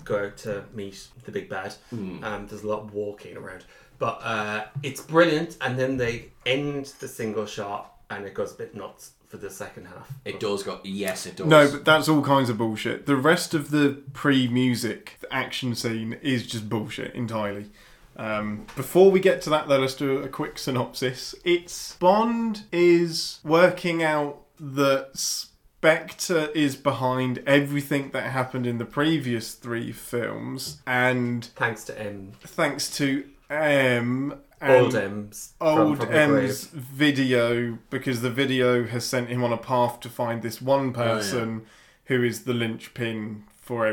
S2: go out to meet the big bad,
S3: Mm.
S2: um, there's a lot of walking around. But uh, it's brilliant, and then they end the single shot, and it goes a bit nuts for the second half.
S3: It does go. Yes, it does.
S1: No, but that's all kinds of bullshit. The rest of the pre-music action scene is just bullshit entirely. Um, before we get to that, though, let's do a quick synopsis. It's Bond is working out that Spectre is behind everything that happened in the previous three films, and
S2: Thanks to M,
S1: thanks to M. and-
S2: old M's, from-
S1: old
S2: from the
S1: M's
S2: grave.
S1: video because the video has sent him on a path to find this one person who is the linchpin for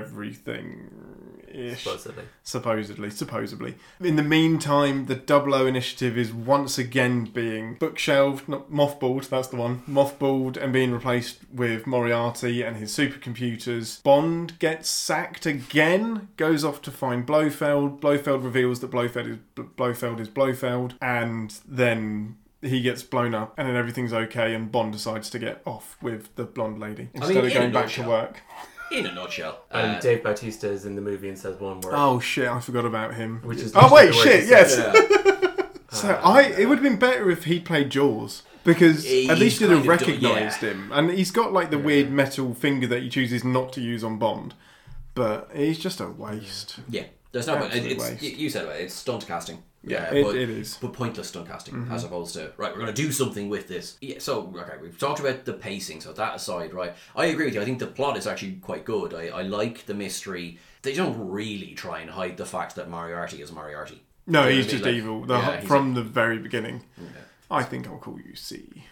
S1: everything ish.
S2: supposedly.
S1: Supposedly, supposedly. In the meantime, the Double O initiative is once again being bookshelved, not mothballed, that's the one, mothballed and being replaced with Moriarty and his supercomputers. Bond gets sacked again, goes off to find Blofeld. Blofeld reveals that Blofeld is Blofeld is Blofeld, and then he gets blown up, and then everything's okay, and Bond decides to get off with the blonde lady instead
S3: in
S1: of
S3: a
S1: going back to
S3: nutshell.
S1: work.
S3: In a nutshell.
S2: And
S3: Uh,
S2: Dave Bautista is in the movie and says one word,
S1: Oh shit, I forgot about him.
S2: which is
S1: Oh
S2: literally
S1: wait,
S2: the word he
S1: shit, [LAUGHS]
S2: said.
S1: yes.
S3: yeah.
S1: So I, it would have been better if he'd played Jaws because
S3: He's
S1: at least you'd have
S3: kind of done-
S1: recognised
S3: yeah.
S1: him, and he's got like the weird metal finger that he chooses not to use on Bond, but he's just a waste.
S3: Yeah, there's no point.
S1: Absolute
S3: It- It's,
S1: waste.
S3: you- you said it. It's stunt casting. Uh,
S1: Yeah, it-
S3: but,
S1: it is. Mm-hmm.
S3: But pointless stunt casting, as opposed to right, we're going to do something with this. Yeah. So okay, we've talked about the pacing. So that aside, right, I agree with you. I think the plot is actually quite good. I, I like the mystery. They don't really try and hide the fact that Moriarty is Moriarty.
S1: No,
S3: You know
S1: he's
S3: what I mean?
S1: just
S3: Like,
S1: evil the,
S3: yeah, he's
S1: from the very beginning. I think I'll call you C.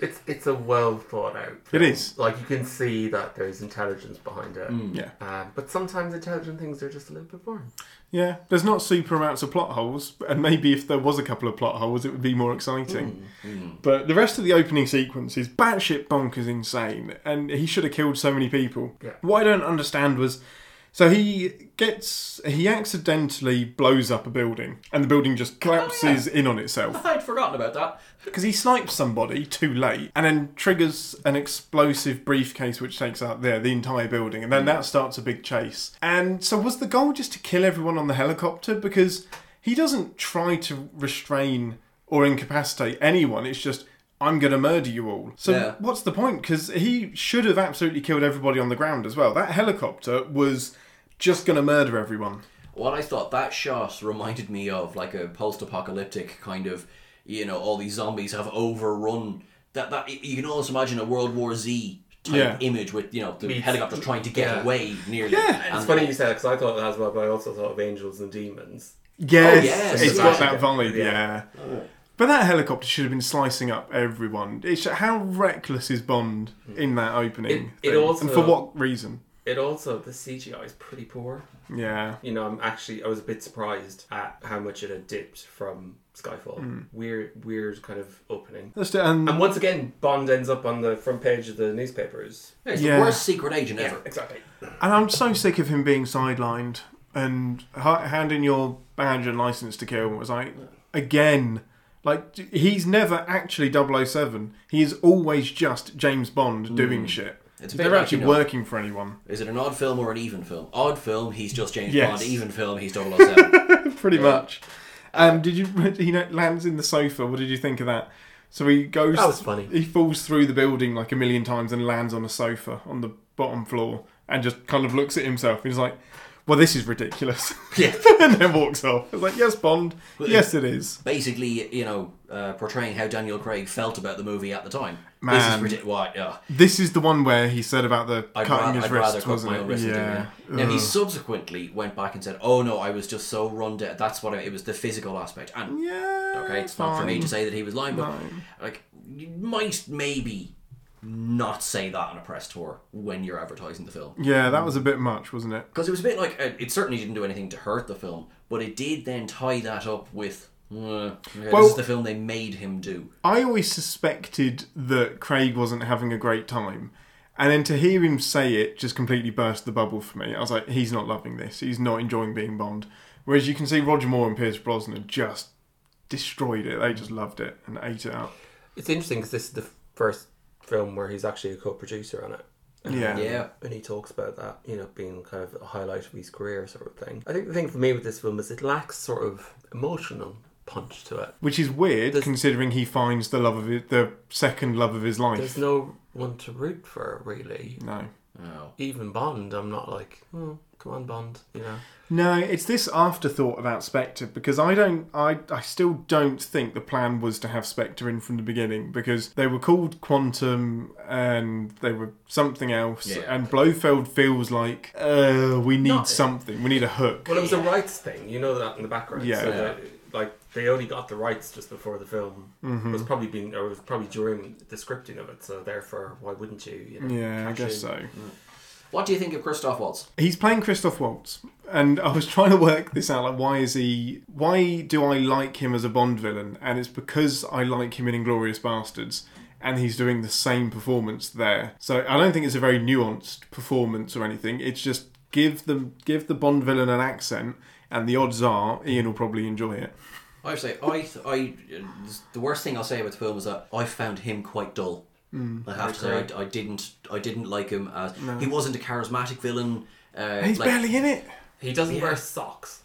S2: It's it's a well thought out.
S1: It
S2: film.
S1: is. Mm.
S2: Like you can see that there's intelligence behind it.
S1: Yeah,
S2: Uh, but sometimes intelligent things are just a little bit boring.
S1: yeah. There's not super amounts of plot holes, and maybe if there was a couple of plot holes, it would be more exciting. But the rest of the opening sequence is batshit bonkers, insane, and he should have killed so many people.
S2: Yeah.
S1: What I don't understand was. So he gets he accidentally blows up a building and the building just collapses in on itself.
S3: I'd forgotten about that.
S1: Because he snipes somebody too late and then triggers an explosive briefcase which takes out there the entire building and then that starts a big chase. And so was the goal just to kill everyone on the helicopter? Because he doesn't try to restrain or incapacitate anyone, it's just I'm going to murder you all. So
S3: Yeah.
S1: what's the point? Because he should have absolutely killed everybody on the ground as well. That helicopter was just going to murder everyone.
S3: What I thought that shot reminded me of like a post-apocalyptic kind of, you know, all these zombies have overrun. That that you can almost imagine a World War Z type
S1: Yeah.
S3: image with you know the
S2: Meets-
S3: helicopters trying to get
S2: yeah.
S3: away nearly.
S1: Yeah.
S2: It's funny you say that because I thought that as well, but I also thought of angels and demons. Oh,
S1: Yes,
S3: yes,
S1: it's
S3: yeah.
S1: got that vibe.
S2: Yeah.
S1: Yeah. But that helicopter should have been slicing up everyone. It's, how reckless is Bond in that opening?
S2: It- it
S1: thing?
S2: also-
S1: and for what reason?
S2: It also the CGI is pretty poor.
S1: Yeah.
S2: You know, I'm actually I was a bit surprised at how much it had dipped from Skyfall.
S1: Mm.
S2: Weird, weird kind of opening.
S1: Let's do, and
S2: And once again, Bond ends up on the front page of the newspapers.
S3: Yeah, it's
S1: Yeah.
S3: the worst secret agent ever.
S2: exactly.
S1: And I'm so sick of him being sidelined and ha- handing your badge and license to kill was like again. Like d- he's never actually 007. He is always just James Bond doing shit.
S3: It's a bit
S1: Hmm. They're
S3: like,
S1: actually
S3: you know-
S1: working for anyone,
S3: Is it an odd film or an even film? Odd film, he's just James
S1: Yes.
S3: Bond. Even film, he's
S1: [LAUGHS]
S3: 007.
S1: pretty much. Um, did you? [LAUGHS] He lands in the sofa. What did you think of that? So he goes.
S2: That was funny.
S1: He falls through the building like a million times and lands on a sofa on the bottom floor and just kind of looks at himself. He's like, "Well, this is ridiculous,"
S3: [LAUGHS] yeah.
S1: [LAUGHS] and then walks off. It's like, "Yes, Bond. Yes, it is."
S3: Basically, you know, uh, portraying how Daniel Craig felt about the movie at the time. This is
S1: Man.
S3: ridiculous. Why? Yeah.
S1: This is the one where he said about the
S3: I'd,
S1: cutting
S3: rather,
S1: his
S3: I'd
S1: wrists,
S3: rather cut
S1: wasn't
S3: my
S1: it?
S3: own wrist
S1: yeah.
S3: than do it. Now, he subsequently went back and said, oh no, I was just so run down. That's what I, it was the physical aspect. And,
S1: yeah.
S3: okay, it's not for me
S1: fine.
S3: to say that he was lying, but,
S1: Fine.
S3: like, you might maybe not say that on a press tour when you're advertising the film.
S1: Yeah, that was a bit much, wasn't it?
S3: Because it was a bit like, uh, it certainly didn't do anything to hurt the film, but it did then tie that up with, uh, okay,
S1: Well-
S3: this is the film they made him do.
S1: I always suspected that Craig wasn't having a great time. And then to hear him say it just completely burst the bubble for me. I was like, he's not loving this. He's not enjoying being Bond. Whereas you can see Roger Moore and Pierce Brosnan just destroyed it. They just loved it and ate it up.
S2: It's interesting because this is the first film where he's actually a co-producer on it.
S1: Yeah.
S3: Yeah.
S2: And he talks about that, you know, being kind of a highlight of his career sort of thing. I think the thing for me with this film is it lacks sort of emotional punch to it.
S1: Which is weird
S2: There's-
S1: considering he finds the love of it, the second love of his life.
S2: There's no one to root for, really.
S1: no.
S3: Oh.
S2: Even Bond, I'm not like, oh, come on, Bond, you know.
S1: No, it's this afterthought about Spectre because I don't, I, I still don't think the plan was to have Spectre in from the beginning because they were called Quantum and they were something else,
S3: Yeah.
S1: and Blofeld feels like uh, we need
S3: No.
S1: something, we need a hook.
S2: Well, it was a rights thing, you know that in the background.
S1: Yeah.
S2: So
S1: Yeah.
S2: that, like they only got the rights just before the film
S1: Mm-hmm.
S2: it was probably been, or it was probably during the scripting of it. So therefore, why wouldn't you? you know,
S1: Yeah, I
S2: cash
S1: guess
S2: in?
S1: so.
S3: What do you think of Christoph Waltz?
S1: He's playing Christoph Waltz, and I was [LAUGHS] trying to work this out. Like, why is he? Why do I like him as a Bond villain? And it's because I like him in Inglorious Bastards, and he's doing the same performance there. So I don't think it's a very nuanced performance or anything. It's just give the give the Bond villain an accent, and the odds are Ian will probably enjoy it.
S3: I would say I, th- I the worst thing I'll say about the film is that I found him quite dull.
S1: Hmm,
S3: I have to say I, I didn't I didn't like him as he wasn't a charismatic villain. Uh,
S1: He's
S3: like-
S1: barely in it.
S2: He doesn't wear socks.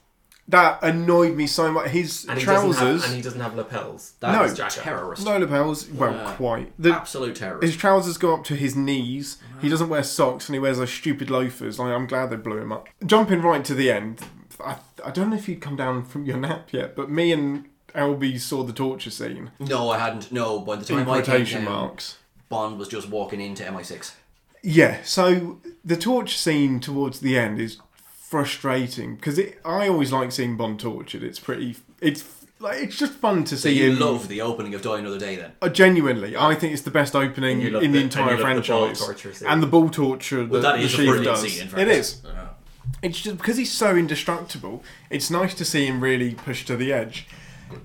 S1: That annoyed me so much. His
S2: And he doesn't
S1: trousers,
S2: have, and he doesn't have lapels.
S3: That
S1: No,
S3: is
S2: jacket.
S3: terrorist.
S1: no lapels. Well,
S3: Yeah.
S1: quite. The,
S3: Absolute
S1: his
S3: terrorist.
S1: trousers go up to his knees. He doesn't wear socks, and he wears those stupid loafers. Like, I'm glad they blew him up. Jumping right to the end, I, I don't know if you'd come down from your nap yet, but me and Albie saw the torture scene.
S3: No, I hadn't. No, by the
S1: In
S3: time I came
S1: quotation
S3: down,
S1: marks.
S3: Bond was just walking into MI6.
S1: Yeah, so the torch scene towards the end is frustrating because it. I always like seeing Bond tortured. It's pretty. It's like it's just fun to see
S3: You
S1: him.
S3: love the opening of Die Another Day then.
S1: Uh, genuinely, I think it's the best opening
S2: you
S1: in the,
S2: love the- and
S1: entire
S2: you love the ball
S1: franchise.
S2: torture scene.
S1: and the ball torture
S3: But
S1: that,
S3: that
S1: the
S3: is a
S1: Chief
S3: brilliant
S1: does.
S3: scene, in Uh-huh.
S1: it
S3: fact.
S1: is.
S3: Yeah.
S1: It's just because he's so indestructible. It's nice to see him really pushed to the edge.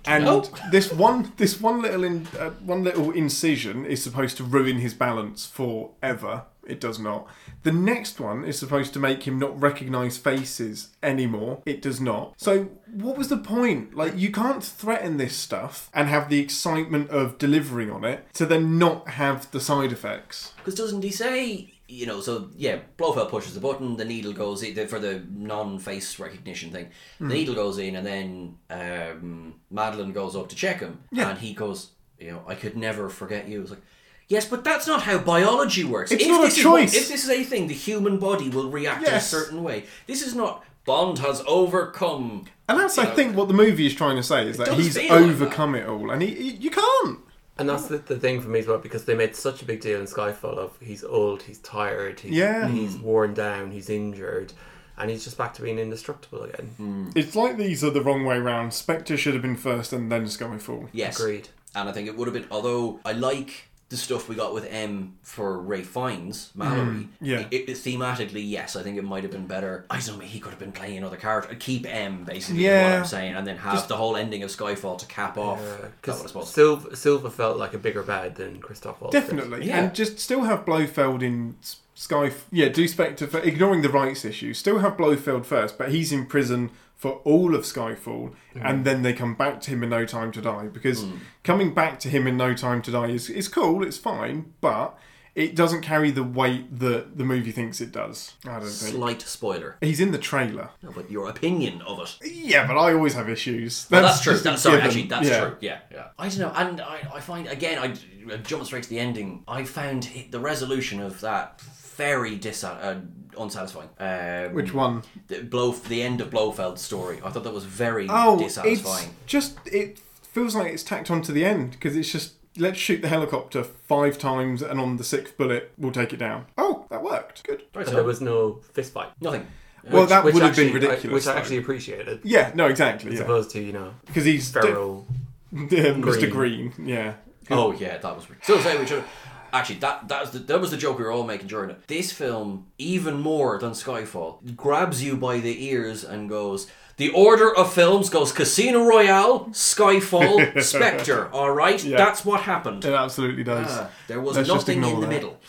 S1: And
S3: know.
S1: this one, this one little, in, uh, one little incision is supposed to ruin his balance forever. It does not. The next one is supposed to make him not recognise faces anymore. It does not. So what was the point? Like you can't threaten this stuff and have the excitement of delivering on it to then not have the side effects.
S3: Because doesn't he say, you know, so yeah, Blofeld pushes the button, the needle goes in, for the non face recognition thing,
S1: Hmm.
S3: the needle goes in, and then um, Madeline goes up to
S1: [LAUGHS]
S3: check him, and he goes, you know, I could never forget you. It's like, yes, but that's not how biology works.
S1: It's not a
S3: this is what-
S1: choice.
S3: if this is a thing, the human body will react in a
S1: Yes.
S3: certain way. This is not Bond has overcome.
S1: And that's, I
S3: know,
S1: think, what the movie is trying to say is that
S3: does
S1: he's
S3: feel like
S1: overcome it all, and he, he you can't.
S2: And that's the, the thing for me as well because they made such a big deal in Skyfall of he's old, he's tired, he's,
S1: Yeah. Mm-hmm.
S2: he's worn down, he's injured, and he's just back to being indestructible again.
S1: It's like these are the wrong way round. Spectre should have been first, and then Skyfall.
S3: Yes.
S2: Agreed.
S3: And I think it would have been, although I like the stuff we got with M for Ray Fiennes, Mallory.
S1: Mm, yeah.
S3: It, it- thematically, yes, I think it might have been better. I don't know, he could have been playing another character. Keep M, basically, is what
S1: Yeah.
S3: I'm saying, and then have the whole ending of Skyfall to cap off. That's what I
S2: Because
S3: suppose.
S2: Silva, Silva felt like a bigger bad than Christoph Waltz. did.
S1: Definitely,
S3: Yeah.
S1: and just still have Blofeld in S- Sky. Yeah, do Spectre for ignoring the rights issue. Still have Blofeld first, but he's in prison for all of Skyfall, and then they come back to him in No Time to Die because
S3: Hmm.
S1: coming back to him in No Time to Die is is cool. It's fine, but. It doesn't carry the weight that the movie thinks it does. I don't think.
S3: Slight spoiler.
S1: He's in the trailer.
S3: No, but your opinion of it.
S1: Yeah, but I always have issues.
S3: Well, that's, true.
S1: just a
S3: That's, sorry,
S1: given.
S3: actually, that's
S1: Yeah.
S3: true. Yeah, yeah. I don't know, and I, I find again, I uh, jump straight to the ending. I found hi- the resolution of that very dis- uh, unsatisfying. Um,
S1: Which one?
S3: the blow the end of Blofeld's story. I thought that was very
S1: Oh, it's
S3: dissatisfying.
S1: just it feels like it's tacked on to the end because it's just let's shoot the helicopter five times and on the sixth bullet we'll take it down. Oh, that worked. Good.
S3: Right,
S2: And
S3: so
S2: there was no fist fight.
S3: nothing.
S1: well, that
S2: Which
S1: would have been
S2: actually- I-
S1: ridiculous.
S2: Which I
S1: though.
S2: actually appreciated.
S1: yeah, no, exactly.
S2: As
S1: Yeah,
S2: opposed to, you know,
S1: because he's de- [LAUGHS]
S2: feral.
S1: Mr. Green. Yeah.
S3: Oh yeah, that was. So say we should. Actually, that that was the that was the joke we were all making during it. This film, even more than Skyfall, grabs you by the ears and goes. The order of films goes Casino Royale,
S1: [LAUGHS]
S3: Skyfall, Spectre. All right, that's what happened.
S1: It absolutely does.
S3: Ah, there was
S1: Let's just
S3: nothing in
S1: ignore
S3: the
S1: that.
S3: middle.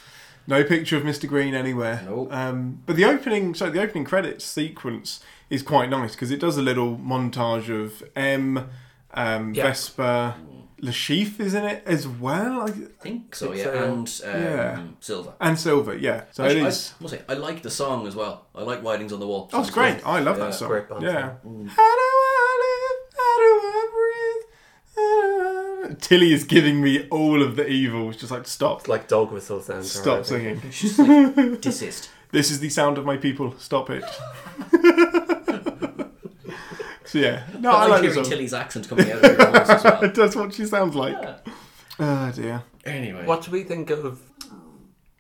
S1: No picture of Mr. Green anywhere.
S3: Nope.
S1: Um, but the opening, so the opening credits sequence is quite nice because it does a little montage of M, um,
S2: Yeah.
S1: Vespa, Le Chiffre is in it as well, I,
S3: I think so, yeah.
S2: so.
S3: And um,
S1: Yeah.
S3: Silva.
S1: and Silver. Yeah, so
S3: Actually, I
S1: it is.
S3: must say, I like the song as well. I like Writings on the Wall.
S1: Oh, it's great. I love
S3: Yeah,
S1: that song.
S2: great Mm. band
S1: yeah. How do I live? How do I breathe? How do I- Tilly is giving me all of the evils. Just like stop,
S2: Like dog whistle sounds. or
S1: stop
S2: whatever.
S1: singing. [LAUGHS]
S3: She's like, desist.
S1: This is the sound of my people. Stop
S3: [LAUGHS]
S1: it. so yeah, no, I
S3: I like
S1: like this
S3: hearing
S1: song. [LAUGHS]
S3: Tilly's accent coming out of your voice as well.
S1: That's what she sounds like. Oh dear.
S3: Anyway.
S2: What do we think of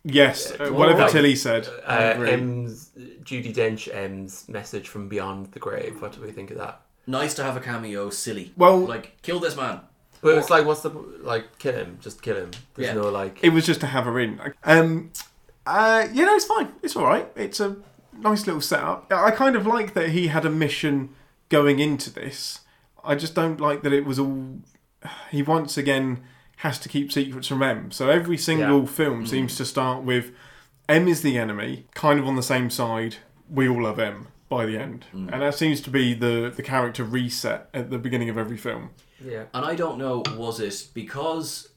S1: Yes, uh, whatever
S2: like-
S1: Tilly said. I
S2: uh,
S1: agree.
S2: M's, Judy Dench M's message from beyond the grave? What do we think of that?
S3: Nice to have a cameo, silly.
S1: Well-
S3: like, kill this man.
S2: But it's like, what's the like? Kill him, just kill him. There's
S3: Yeah.
S2: no like.
S1: it was just to have her in. Um, uh, you know, it's fine. It's all right. It's a nice little setup. I kind of like that he had a mission going into this. I just don't like that it was all. He once again has to keep secrets from M. So every single
S2: Yeah.
S1: film seems to start with M is the enemy, kind of on the same side. We all love M by the end, and that seems to be the the character reset at the beginning of every film.
S2: yeah.
S3: And I don't know, was it because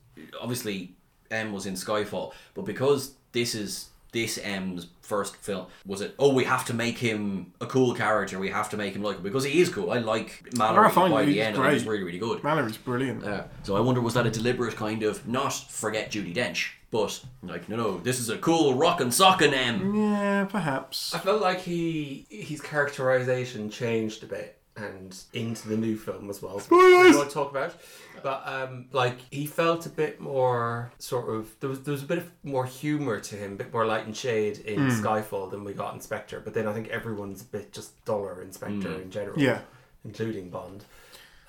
S3: obviously M was in Skyfall, but because this is this M's first film was it? Oh, we have to make him a cool character. We have to make him likable because he is cool. I like Mallory
S1: I find
S3: by
S1: he's
S3: the end. I think he's
S1: great.
S3: really really good.
S1: Mallory's brilliant.
S3: Yeah. So I wonder was that a deliberate kind of not forget Judy Dench, but like no no this is a cool rockin' sockin'
S1: Mm.
S3: M.
S1: Yeah, perhaps.
S2: I felt like he his characterization changed a bit and into the new film as well. Spoilers. Want to talk about, but um, like he felt a bit more sort of there was there was a bit of more humor to him, a bit more light and shade in
S1: Hmm.
S2: Skyfall than we got in Spectre. But then I think everyone's a bit just duller in Spectre in general,
S1: Hmm. Yeah.
S2: including Bond.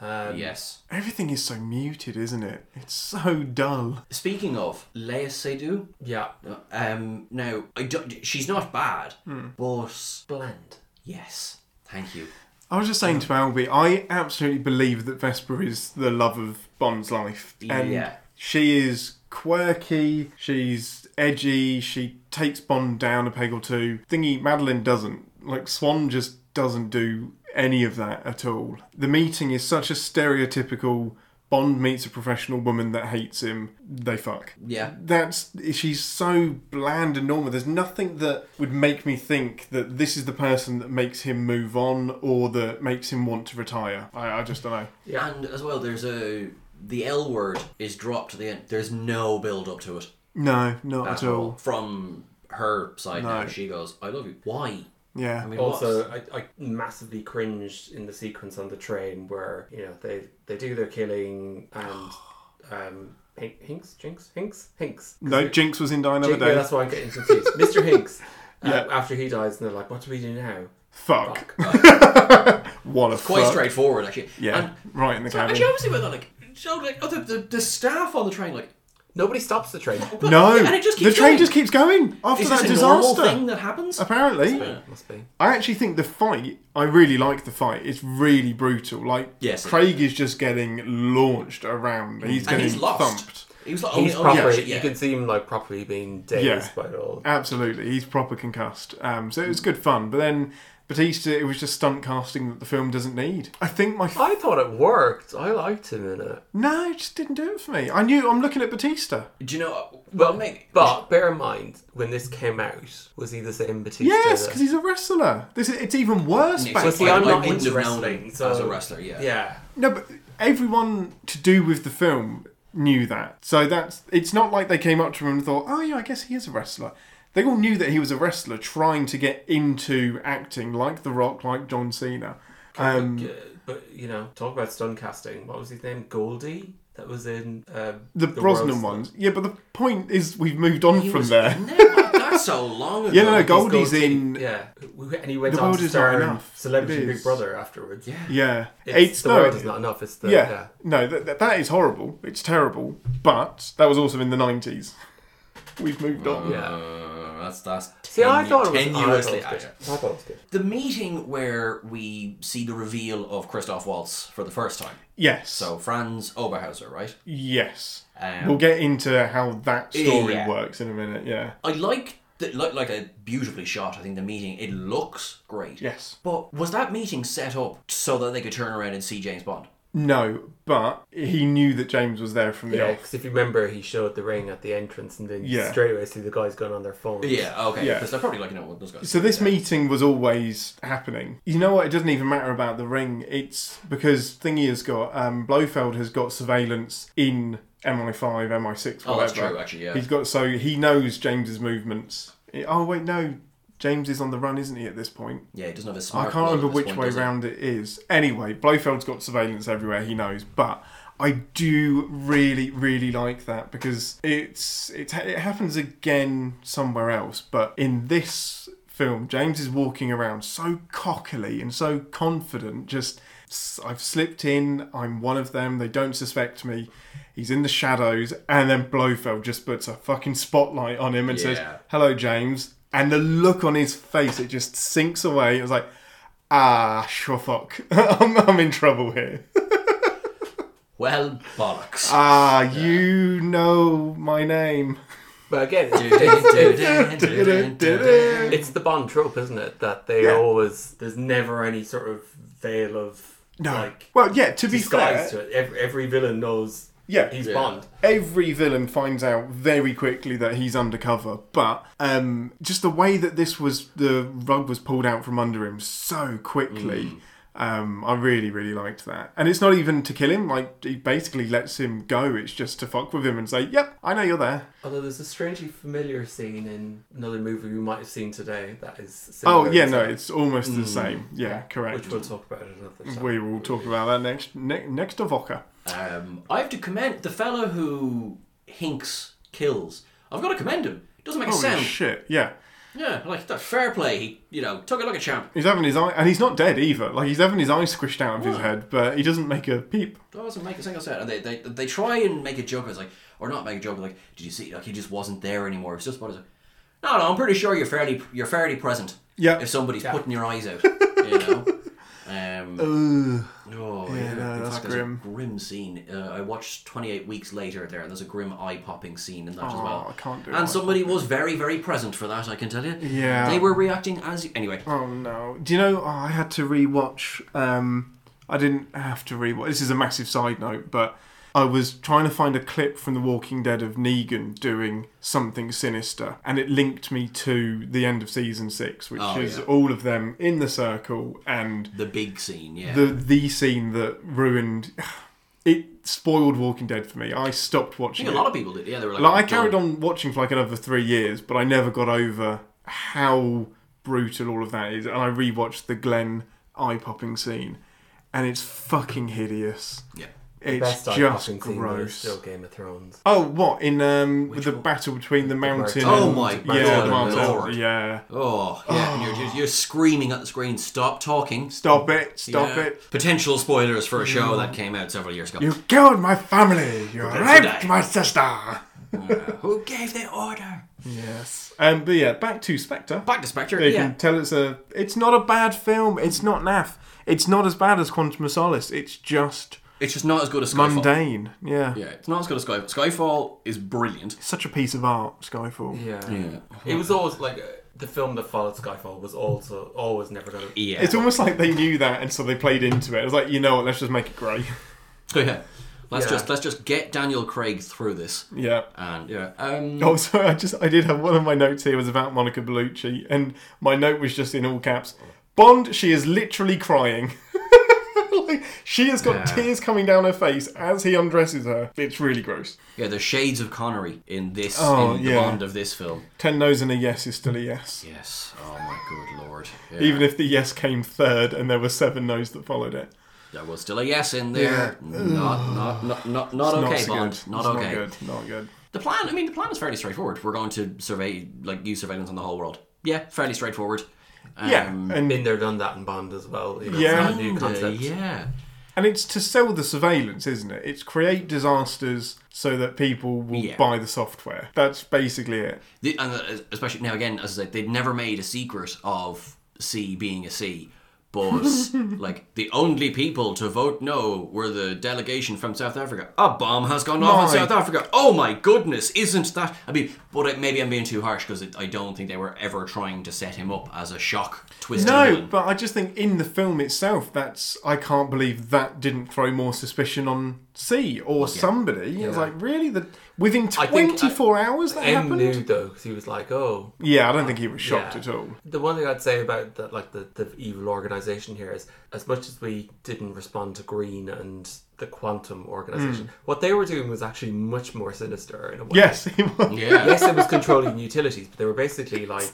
S2: Um,
S3: Yes.
S1: Everything is so muted, isn't it? It's so dull.
S3: Speaking of Leia Seydoux,
S2: yeah,
S3: um, now I don't, she's not bad,
S1: Hmm.
S3: but
S2: bland.
S3: yes, thank you.
S1: I was just saying to Albie, I absolutely believe that Vesper is the love of Bond's life. And
S3: Yeah.
S1: she is quirky, she's edgy, she takes Bond down a peg or two. Thingy Madeline doesn't. Like Swan just doesn't do any of that at all. The meeting is such a stereotypical Bond meets a professional woman that hates him, they fuck
S3: Yeah.
S1: that's she's so bland and normal there's nothing that would make me think that this is the person that makes him move on or that makes him want to retire i, I just don't know
S2: Yeah.
S3: And as well, there's a the L word is dropped at the end. There's no build up to it
S1: no not
S3: at
S1: at all,
S3: all from her side.
S1: No.
S3: Now she goes, "I love you." Why?
S1: yeah
S3: I mean,
S2: Also,
S3: what's-
S2: I, I massively cringed in the sequence on the train where you know they they do their killing and
S3: [GASPS]
S2: um Hin- Hinks, Jinx, Hinks, Hinks.
S1: no jinx was in die another
S2: Jinx- yeah,
S1: day
S2: that's why I'm
S1: [LAUGHS]
S2: getting confused. Mr. Hinks. Um,
S1: Yeah.
S2: After he dies, and they're like, "What do we do now?"
S1: fuck [LAUGHS] what a
S3: quite
S1: fuck.
S3: straightforward actually.
S1: yeah right in the
S3: And, and
S1: cabin
S3: she obviously went on like, showed, like oh, the, the the staff on the train like.
S2: Nobody stops the
S3: [LAUGHS]
S2: train.
S3: but-
S1: no
S3: and it just
S1: the
S3: keeps
S1: train
S3: going.
S1: just keeps going after
S3: Is
S1: that
S3: this a normal thing
S1: disaster
S3: that happens?
S1: apparently
S2: Must be.
S1: I actually think the fight. I really like the fight. It's really brutal. Like
S3: Yes. Mm.
S1: Craig is just getting launched around. He's
S3: and
S1: getting
S3: he's lost.
S1: thumped.
S3: He was like,
S2: He's
S3: oh, oh, yeah,
S2: properly.
S3: shit, yeah.
S2: You can see him like properly being dazed
S1: Yeah.
S2: by it all.
S1: Absolutely, he's proper concussed. Um, so it was good fun. But then Batista, it was just stunt casting that the film doesn't need. I think my f-
S2: I thought it worked. I liked him in it.
S1: no, it just didn't do it for me. I knew I'm looking at Batista.
S3: Do you know? uh,
S2: But,
S3: Well, maybe.
S2: but bear in mind, when this came out, was he the same Batista?
S1: Yes,
S2: that-
S1: because he's a wrestler. This is, it's even worse.
S3: Nick,
S1: back
S3: so
S2: see,
S1: then.
S2: I'm
S3: I
S2: not
S3: wouldn't
S2: into
S3: have known
S2: wrestling,
S3: him
S2: so-
S3: as a wrestler. Yeah.
S2: Yeah.
S1: No, but everyone to do with the film knew that. So that's it's not like they came up to him and thought, "Oh yeah, I guess he is a wrestler." They all knew that he was a wrestler trying to get into acting like The Rock, like John Cena. Um,
S2: Yeah, uh, but you know, talk about stun casting. What was his name? Goldie. That was in uh,
S1: the, Brosnan
S2: World's-
S1: ones. Yeah, but the point is we've moved on
S3: He
S1: from
S3: was [LAUGHS]
S1: there.
S3: in there, that's so long
S1: [LAUGHS]
S3: ago.
S1: Yeah, no, no,
S3: He's-
S1: Goldie's in. Yeah.
S2: Yeah, We- and he went
S1: The
S2: on
S1: World
S2: to
S1: Is Not
S2: star in
S1: Enough.
S2: Celebrity
S1: It
S2: Big
S1: is.
S2: Brother afterwards. Yeah,
S1: It's,
S2: it's, the
S1: no,
S2: world is not enough. It's the
S1: yeah.
S2: yeah.
S1: No, that, that, that is horrible. It's terrible. But that was also in the 90s. We've moved on.
S2: Yeah.
S3: Uh, that's that's.
S2: See, I thought it was
S3: tenuously.
S2: I thought it was good. I thought it was good.
S3: The meeting where we see the reveal of Christoph Waltz for the first time.
S1: Yes.
S3: So Franz Oberhauser, right?
S1: Yes.
S3: Um,
S1: we'll get into how that story
S3: Yeah.
S1: works in a minute, yeah.
S3: I like that. Like, like a beautifully shot. I think the meeting. It looks great.
S1: Yes.
S3: But was that meeting set up so that they could turn around and see James Bond?
S1: No, but he knew that James was there from the
S2: Yeah,
S1: off.
S2: because if you remember, he showed the ring at the entrance, and then you
S1: Yeah.
S2: straight away see the guys going on their phones.
S3: Yeah. Okay.
S1: Yeah.
S3: Because they're probably like, you know, what those guys.
S1: So this meeting was always happening. You know what? It doesn't even matter about the ring. It's because Thingy has got um, Blofeld has got surveillance in MI5, MI6, whatever.
S3: Oh, that's true, actually, yeah.
S1: He's got so he knows James's movements. Oh wait, no, James is on the run, isn't he? At this point,
S3: Yeah, he doesn't have a smart.
S1: I can't
S3: bulb Oh, at
S1: remember
S3: this
S1: which
S3: point,
S1: way
S3: does he?
S1: round it is. Anyway, Blofeld's got surveillance everywhere, he knows, but I do really, really like that because it's, it's it happens again somewhere else, but in this film, James is walking around so cockily and so confident, just "S- I've slipped in, I'm one of them, they don't suspect me. He's in the shadows, and then Blofeld just puts a fucking spotlight on him and
S3: Yeah.
S1: says, Hello, James. And the look on his face, it just sinks away. It was like, ah, sure fuck. [LAUGHS] I'm, I'm in trouble here.
S3: Well, bollocks. [LAUGHS]
S1: Ah, you know my name.
S2: But again,
S1: [LAUGHS]
S3: yeah,
S2: it's the Bond trope, isn't it? That they
S1: Yeah.
S2: always there's never any sort of veil of
S1: No.
S2: like
S1: well, yeah, to be
S2: disguise
S1: fair,
S2: to it. Every, every villain knows
S1: yeah,
S2: He's
S3: Yeah.
S2: Bond.
S1: every villain finds out very quickly that he's undercover but um, just the way that this was the rug was pulled out from under him so quickly
S2: Mm.
S1: um, i really really liked that and it's not even to kill him like he basically lets him go it's just to fuck with him and say yep i know you're there
S2: Although there's a strangely familiar scene in another movie we might have seen today that is.
S1: oh
S2: similar
S1: yeah
S2: to-
S1: no it's almost the same yeah correct
S2: Mm. Which we'll talk about another time.
S1: we will talk about that next ne- next to vodka
S3: Um, I have to commend the fellow who hinks kills. I've got to commend him. Doesn't make a
S1: holy
S3: sound.
S1: shit yeah
S3: yeah, like that's fair play. He, you know, took it like a champ.
S1: he's having his eye and he's not dead either like he's having his eye squished out of his
S3: What?
S1: head but he doesn't make a peep
S3: doesn't make a single sound. And they, they, they try and make a joke. It's like, or not make a joke. Like, did you see? Like, he just wasn't there anymore. It's just what is it? No, no. I'm pretty sure you're fairly, you're fairly present.
S1: Yeah.
S3: If somebody's putting your
S1: [LAUGHS]
S3: eyes out, you know. Um, oh, yeah,
S1: no,
S3: In
S1: that's
S3: fact, there's a
S1: grim.
S3: grim scene. Uh, I watched 28 weeks later there, and there's a grim eye popping scene in that as
S1: Oh,
S3: well.
S1: I can't do
S3: And
S1: that.
S3: somebody was very, very present for that. I can tell you.
S1: Yeah.
S3: They were reacting as anyway.
S1: Oh no! Do you know? Oh, I had to rewatch. Um, I didn't have to rewatch. This is a massive side note, but I was trying to find a clip from The Walking Dead of Negan doing something sinister, and it linked me to the end of season six, which
S3: Oh,
S1: is
S3: yeah.
S1: all of them in the circle and
S3: The big scene. Yeah.
S1: the the scene that ruined. [SIGHS] It spoiled Walking Dead for me. I stopped
S3: I
S1: watching.
S3: think a
S1: it.
S3: lot of people did. Yeah, they were like.
S1: Like,
S3: "I'm
S1: I carried
S3: done."
S1: on watching for like another three years, but I never got over how brutal all of that is. And I rewatched the Glenn eye popping scene, and it's fucking hideous.
S3: Yeah.
S1: It's
S2: eye-popping
S1: just
S2: scene though is Still
S1: gross.
S2: Game of Thrones.
S1: Oh, what in um with the
S3: one?
S1: battle between the mountain?
S2: Martel.
S1: and-
S3: Oh my
S1: yeah, the
S2: God,
S1: Martel,
S3: Lord.
S1: yeah.
S3: Oh, yeah. and you're, just, you're screaming at the screen, stop talking.
S1: Stop it! Stop
S3: Yeah.
S1: it!
S3: Potential spoilers for a show that came out several years ago.
S1: You killed my family. You
S3: Prepare to
S1: raped
S3: die.
S1: my sister.
S3: Who gave the order?
S1: Yes. Um, but yeah, back to Spectre.
S3: Back to Spectre,
S1: They
S3: yeah.
S1: can tell it's a. It's not a bad film. It's not naff. It's not as bad as Quantum of Solace. It's just
S3: It's just not as good as Skyfall.
S1: mundane. Yeah.
S3: Yeah, it's not as good as Skyfall. Skyfall is brilliant.
S1: Such a piece of art, Skyfall.
S2: Yeah. It was always like uh, the film that followed Skyfall was also always never going to.
S3: Yeah.
S1: It's almost like they knew that, and so they played into it. It's like you know what? Let's just make it grey. [LAUGHS]
S3: yeah. Let's
S2: Yeah.
S3: just let's just get Daniel Craig through this.
S1: yeah.
S3: And yeah. Um
S1: Oh, sorry. I just I did have one of my notes here was about Monica Bellucci, and my note was just in all caps. Bond, she is literally crying. [LAUGHS] like, she has got
S3: Yeah.
S1: tears coming down her face as he undresses her. It's really gross.
S3: yeah, there's shades of Connery in this
S1: Oh,
S3: in
S1: yeah.
S3: the Bond of this film.
S1: Ten no's and a yes is still a yes.
S3: Yes. Oh my good lord. Yeah.
S1: Even if the yes came third and there were seven no's that followed it.
S3: there was still a yes in there. Not, not not not not
S1: Not
S3: okay,
S1: so
S3: Bond.
S1: good.
S3: Not
S1: It's
S3: okay.
S1: Not good. Not good.
S3: The plan, I mean, the plan is fairly straightforward. We're going to survey, like, use surveillance on the whole world. Yeah, fairly straightforward. Um,
S1: Yeah, and
S2: Been there, done that in Bond as well. You know,
S1: Yeah.
S2: It's not a new
S3: kinda,
S2: concept.
S3: yeah.
S1: and it's to sell the surveillance, isn't it? It's create disasters so that people will
S3: Yeah.
S1: buy the software. That's basically it.
S3: The, and uh, especially now, again, as I said, they'd never made a secret of C being a C,
S1: [LAUGHS]
S3: but like the only people to vote no were the delegation from South Africa. A bomb has gone off
S1: My
S3: in South Africa. Oh my goodness, isn't that? I mean, but it, maybe I'm being too harsh because I don't think they were ever trying to set him up as a shock twist.
S1: No, but I just think in the film itself, that's I can't believe that didn't throw more suspicion on C or somebody. It's like really, the within
S2: I think, uh,
S1: twenty four hours that
S2: M
S1: happened.
S2: knew though, 'cause he was like, "Oh,
S1: Yeah, I don't think he was shocked
S2: Yeah.
S1: at all.
S2: The one thing I'd say about that, like the, the evil organization here, is as much as we didn't respond to Green and the Quantum organization, what they were doing was actually much more sinister in a way.
S1: Yes, [LAUGHS] he was.
S3: yeah,
S2: yes, it was controlling utilities, but they were basically like.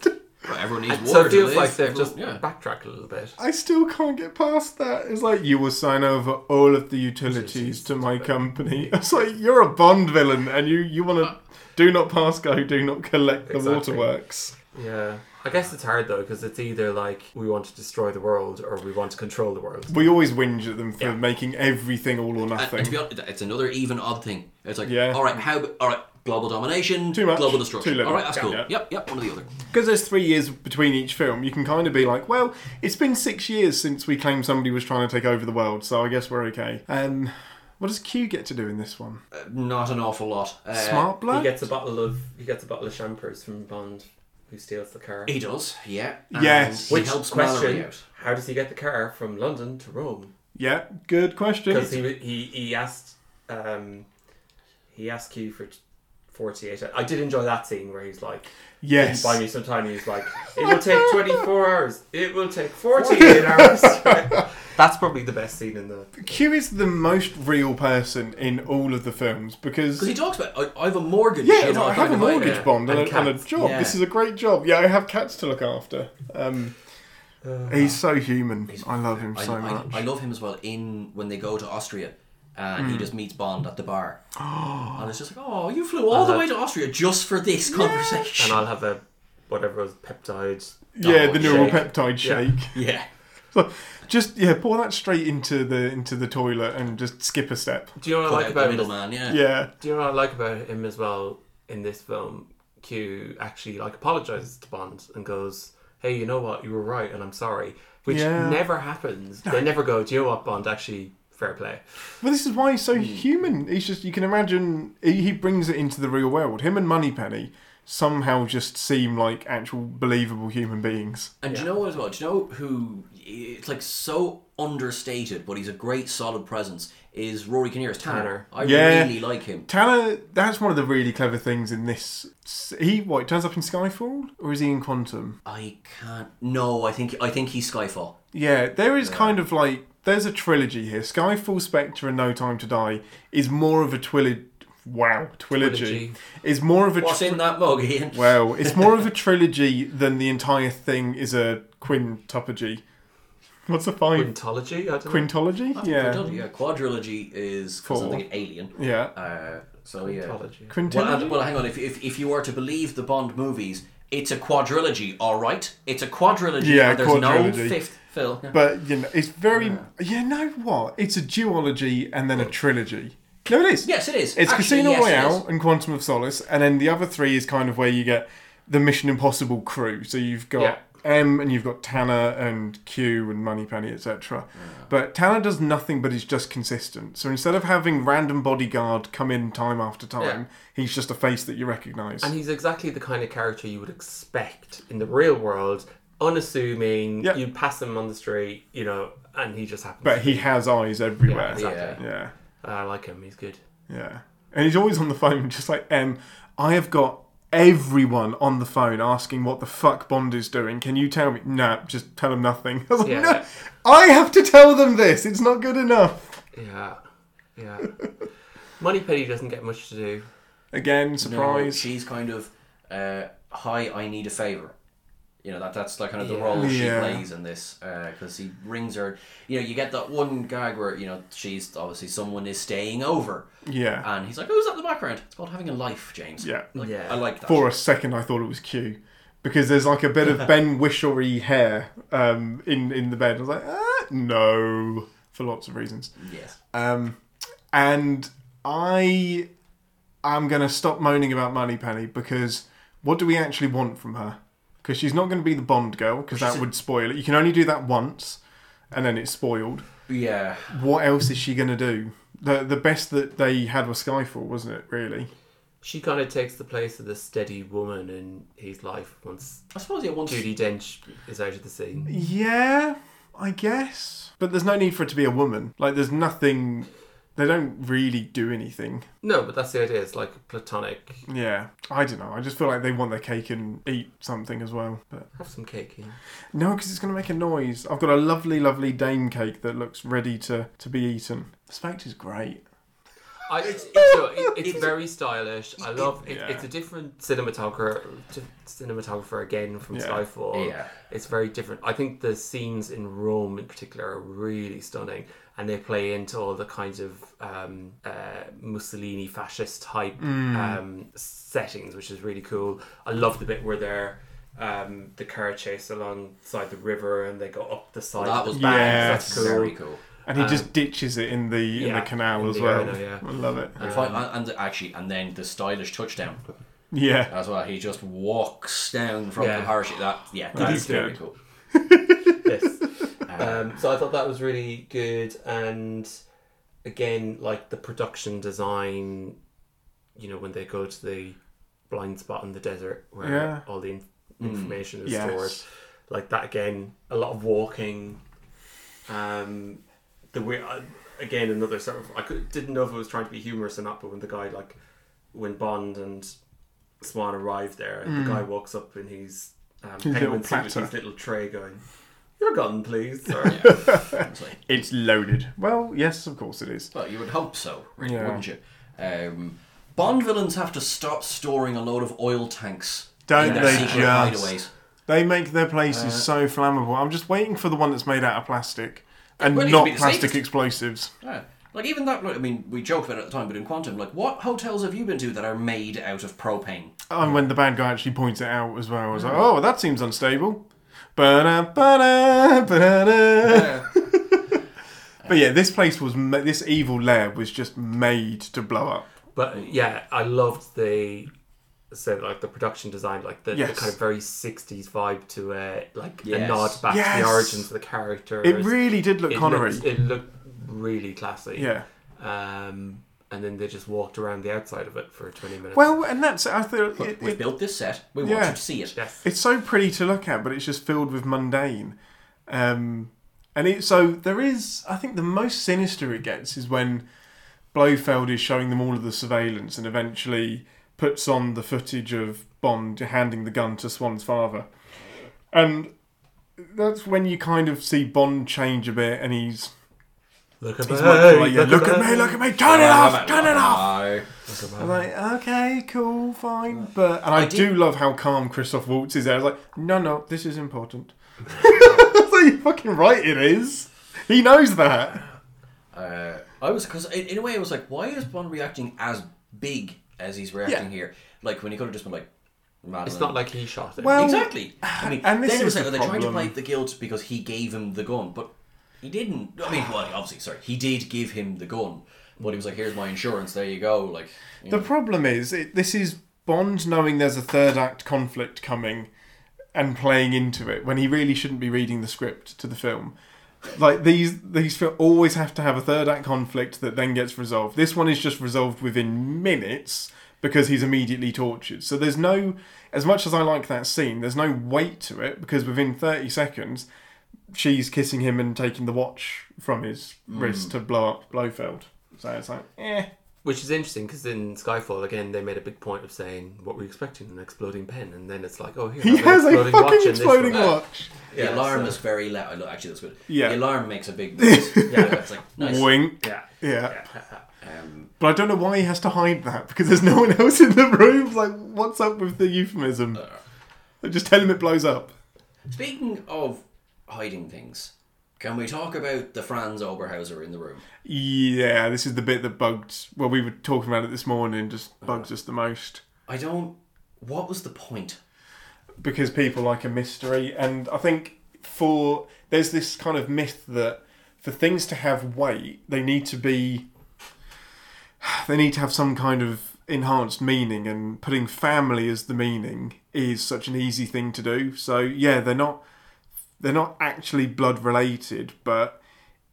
S3: Right, everyone needs water.
S2: so it
S3: to
S2: feels
S3: live.
S2: like they've
S3: Everyone-
S2: just
S3: yeah.
S2: backtracked a little bit.
S1: I still can't get past that. It's like you will sign over all of the utilities to my company. [LAUGHS] It's like you're a Bond villain, and you you want to do not pass go, do not collect the
S2: Exactly.
S1: waterworks.
S2: Yeah, I guess it's hard though because it's either like we want to destroy the world or we want to control the world.
S1: We always whinge at them for making everything all or
S3: And, and to
S1: nothing.
S3: be honest, it's another even odd thing. It's like,
S1: Yeah.
S3: all right, how? All right, global domination,
S1: Too much,
S3: global destruction.
S1: too little.
S3: all right, that's
S1: Yeah.
S3: cool.
S1: Yeah.
S3: Yep, yep, one or the other.
S1: Because there's three years between each film, you can kind of be like, well, it's been six years since we claimed somebody was trying to take over the world, so I guess we're okay. Um, what does Q get to do in this one?
S3: Uh, Not an awful lot. Uh,
S1: Smart
S2: He
S1: blood.
S2: gets a bottle of he gets a bottle of champers from Bond, who steals the car.
S3: He does, yeah. And
S1: Yes.
S3: he
S2: Which
S3: helps Mallory
S2: question?
S3: out.
S2: How does he get the car from London to Rome?
S1: yeah, good question.
S2: Because he, he he asked um, He asks you for forty-eight. I did enjoy that scene where he's like, "Can you
S1: Yes.
S2: buy me some time." He's [LAUGHS] like, "It will take twenty-four hours. It will take forty-eight hours." [LAUGHS] That's probably the best scene in the.
S1: Q is the most real person in all of the films because.
S3: Because he talks about, I, I have a mortgage.
S1: yeah,
S3: I'm
S1: no,
S3: not
S1: I have a
S3: gonna buy
S1: mortgage
S3: it."
S1: bond and,
S2: And
S1: a, and a
S2: cats.
S1: job.
S3: Yeah.
S1: This is a great job. Yeah, I have cats to look after. Um, he's so human. I love him
S3: Uh, I,
S1: so
S3: I-
S1: much.
S3: I love him as well. In when they go to Austria, and
S1: Mm.
S3: he just meets Bond at
S1: [GASPS]
S3: the bar, and it's just like, oh, you flew all the way to Austria just for this
S2: And
S3: conversation.
S2: I'll have a whatever it was peptide.
S1: yeah, the
S3: shake.
S1: neuropeptide
S2: Yeah.
S1: shake.
S3: [LAUGHS] yeah,
S1: So just yeah, pour that straight into the into the toilet and just skip a step.
S2: Do you know what
S3: Cut
S2: I like
S3: out
S2: about
S3: uh, the
S2: it?
S3: middleman. Yeah.
S1: Yeah,
S2: Do you know what I like about him as well in this film? Q actually like apologizes to Bond and goes, "Hey, you know what? You were right, and I'm sorry." Which
S1: Yeah.
S2: never happens. They never go, "Do you know what, Bond? Actually, fair play."
S1: well, this is why he's so
S3: Hmm.
S1: human. He's just you can imagine he he brings it into the real world. Him and Moneypenny somehow just seem like actual believable human beings.
S3: And do you know what as well? Do you know who? It's like so understated, but he's a great, solid presence. Is Rory Kinnear's Tanner?
S2: Tanner.
S3: I
S1: Yeah.
S3: really like him.
S1: Tanner, that's one of the really clever things in this. He what turns up in Skyfall or is he in Quantum?
S3: I can't. No, I think I think he's Skyfall.
S1: Yeah, there is kind of like there's a trilogy here. Skyfall, Spectre, and No Time to Die is more of a twilid. Wow, trilogy
S2: Trilogy.
S1: is more of a.
S3: What's
S1: tri-
S3: in that mug, Ian? [LAUGHS]
S1: Well, it's more of a trilogy than the entire thing is a quintupogy. What's a five?
S2: Quintology, I don't know.
S1: Quintology?
S3: I
S1: yeah.
S3: don't know, yeah. Quadrilogy is
S1: Four.
S3: something Alien.
S1: Yeah.
S3: Uh, so yeah.
S2: Quintology.
S1: Quintilogy?
S3: Well, and- well, hang on. If, if if you are to believe the Bond movies, it's a quadrilogy, all right. It's a quadrilogy.
S1: Yeah,
S3: and there's
S1: quadrilogy.
S3: no fifth Phil.
S1: but, you know, it's very. You know what? It's a duology and then a trilogy. No, it is.
S3: Yes, it is.
S1: It's
S3: Actually,
S1: Casino
S3: yes, it
S1: Royale
S3: is.
S1: and Quantum of Solace, and then the other three is kind of where you get the Mission Impossible crew. So you've got
S2: Yeah.
S1: M, and you've got Tanner and Q and Moneypenny, etc. But Tanner does nothing, but he's just consistent. So instead of having random bodyguard come in time after time, he's just a face that you recognise.
S2: And he's exactly the kind of character you would expect in the real world, unassuming.
S1: Yeah.
S2: You pass him on the street, you know, and he just happens.
S1: But he has eyes everywhere.
S2: Yeah,
S1: yeah.
S2: exactly.
S1: yeah,
S2: I like him. He's good.
S1: And he's always on the phone, just like M. I have got. Everyone on the phone asking what the fuck Bond is doing. Can you tell me? No, just tell him nothing. [LAUGHS] I was like,
S2: Yeah.
S1: no, I have to tell them this. It's not good enough.
S2: Yeah. Yeah. Moneypenny doesn't get much to do.
S1: Again,
S3: No, no,
S1: surprise.
S3: she's kind of, uh, hi, I need a favor. You know that that's like kind of the
S2: Yeah.
S3: role she
S1: Yeah.
S3: plays in this because he rings her. You know, you get that one gag where you know she's obviously someone is staying over,
S1: yeah.
S3: and he's like, "Who's that in the background?" It's called having a life, James.
S1: Yeah.
S3: Like,
S2: Yeah.
S3: I like that.
S1: For a second, I thought it was Q because there's like a bit of Ben Wishery hair um, in in the bed. I was like, ah, no, for lots of reasons.
S3: yes.
S1: Um, and I am going to stop moaning about Moneypenny because what do we actually want from her? Because she's not going to be the Bond girl because that would spoil it. You can only do that once, and then it's spoiled.
S3: Yeah.
S1: what else is she going to do? The the best that they had was Skyfall, wasn't it? Really?
S2: She kind of takes the place of the steady woman in his life once
S3: I suppose yeah. Once
S2: Judy Dench is out of the scene.
S1: Yeah, I guess. But there's no need for it to be a woman. Like, there's nothing. They don't really do anything.
S2: No, but that's the idea. It's like platonic.
S1: Yeah, I don't know. I just feel like they want their cake and eat something as well. But
S2: Have some cake. You know?
S1: no, because it's going to make a noise. I've got a lovely, lovely dame cake that looks ready to to be eaten. The Spectre's great.
S2: I, it's, it's, no, it- it's very stylish. I love it.
S1: Yeah.
S2: It's a different cinematographer, di- cinematographer again from
S1: Yeah.
S2: Skyfall.
S3: Yeah.
S2: It's very different. I think the scenes in Rome in particular are really stunning, and they play into all the kinds of um, uh, Mussolini fascist type um, settings, which is really cool. I love the bit where they're. Um, the car chase alongside the river, and they go up the side.
S3: that
S2: of
S3: was
S2: the
S1: Yeah.
S3: bad.
S1: Yes.
S3: That's very cool.
S1: And he just ditches it in the in
S2: yeah,
S1: the canal
S2: in
S1: as
S2: the
S1: well.
S2: arena, yeah.
S1: I love it.
S3: And, fi- and and actually, and then the stylish touchdown
S1: Yeah.
S3: as well. He just walks down from
S2: Yeah.
S3: the parachute. That yeah, that's
S1: is
S3: very
S1: good. [LAUGHS]
S3: cool.
S2: Yes. Um, so I thought that was really good, and again, like the production design, you know, when they go to the blind spot in the desert where
S1: Yeah.
S2: all the in- information is
S1: Yes.
S2: stored, like that again, a lot of walking. Um, the way I- again another sort of I could, didn't know if it was trying to be humorous or not, but when the guy like when Bond and Swan arrive there, and the guy walks up in his um,
S1: Hmm. little
S2: penguin suit with
S1: platter.
S2: his little tray, going, "Your gun, please." Or,
S1: [LAUGHS]
S3: It's like,
S1: It's loaded. Well, yes, of course it is.
S3: well, you would hope so, really,
S1: Yeah.
S3: wouldn't you? Um, Bond villains have to stop storing a load of oil tanks
S1: Don't
S3: in their
S1: they
S3: secret
S1: just?
S3: hideaways.
S1: They make their places so flammable. I'm just waiting for the one that's made out of plastic and
S3: Well, it could
S1: not
S3: be the
S1: plastic
S3: safest.
S1: explosives.
S3: Yeah. Like even that, like, I mean, we joked about it at the time, but in Quantum, like, what hotels have you been to that are made out
S1: [LAUGHS]
S3: of propane?
S1: Oh, And when the bad guy actually points it out as well, I was like, oh, that seems unstable. Ba-da, ba-da, ba-da. But yeah, this place was ma- this evil lair was just made to blow up.
S2: But yeah, I loved the so like the production design, like the, the
S1: Yes.
S2: kind of very sixties vibe to it, like a
S3: Yes.
S2: nod back to
S1: Yes.
S2: the origins of the characters.
S1: It really did look
S2: it
S1: Connery.
S2: Looked, it looked really classy.
S1: yeah.
S2: Um, and then they just walked around the outside of it for twenty minutes.
S1: Well, and that's I thought it,
S3: We've
S1: it,
S3: built this set. We want
S1: Yeah.
S3: you to see it.
S2: yes,
S1: it's so pretty to look at, but it's just filled with mundane. Um, and it, so there is, I think, the most sinister it gets is when Blofeld is showing them all of the surveillance and eventually puts on the footage of Bond handing the gun to Swan's father. And that's when you kind of see Bond change a bit and he's,
S2: look at
S1: he's
S2: me,
S1: much more like, yeah, look, at
S2: me,
S1: me, look at me, turn it off, turn it off.
S2: look at me.
S1: I'm like, okay, cool, fine, but and I,
S3: I
S1: do
S3: did-
S1: love how calm Christoph Waltz is. There, I was like, no, no, this is [LAUGHS] important. so you're fucking right, it is. He knows that.
S3: Uh, I was because in, in a way I was like, why is Bond reacting as big as he's reacting
S1: Yeah.
S3: here? Like when he could have just been like, Madeline.
S2: It's not like he shot it.
S1: Well-
S3: exactly. I mean,
S1: And this
S3: then it was
S1: is the
S3: like, are they trying to
S1: problem.
S3: play the guilt because he gave him the gun, but he didn't. I mean, well, obviously, sorry, he did give him the gun, but he was like, here's my insurance. There you go. Like, you
S1: The
S3: know.
S1: problem is, it, this is Bond knowing there's a third act conflict coming and playing into it when he really shouldn't be reading the script to the film. Like these, these fil- always have to have a third act conflict that then gets resolved. This one is just resolved within minutes because he's immediately tortured. So there's no, as much as I like that scene, there's no weight to it because within 30 seconds, she's kissing him and taking the watch from his wrist to blow up Blofeld. So it's like, eh.
S2: Which is interesting because in Skyfall, again, they made a big point of saying, What were you expecting? An exploding pen. And then it's like, Oh, here,
S1: He
S2: have an
S1: has a
S2: watch in
S1: fucking
S2: this
S1: exploding
S2: one."
S1: watch.
S3: the
S2: yeah,
S3: alarm
S2: so-
S3: is very loud. Look, Actually, that's good.
S1: Yeah.
S3: The alarm makes
S1: [LAUGHS]
S3: a big noise. yeah, it's like nice.
S1: Wink.
S2: Yeah.
S1: Yeah.
S2: yeah.
S3: Um,
S1: But I don't know why he has to hide that because there's no one else in the room. It's Like, what's up with the euphemism? Just tell him it blows up.
S3: speaking of hiding things, can we talk about the Franz Oberhauser in the room?
S1: Yeah, this is the bit that bugged. Well, we were talking about it this morning, just bugs us the most
S3: I don't. What was the point?
S1: because people like a mystery. And I think for. There's this kind of myth that for things to have weight, they need to be they need to have some kind of enhanced meaning and putting family as the meaning is such an easy thing to do so yeah they're not they're not actually blood related but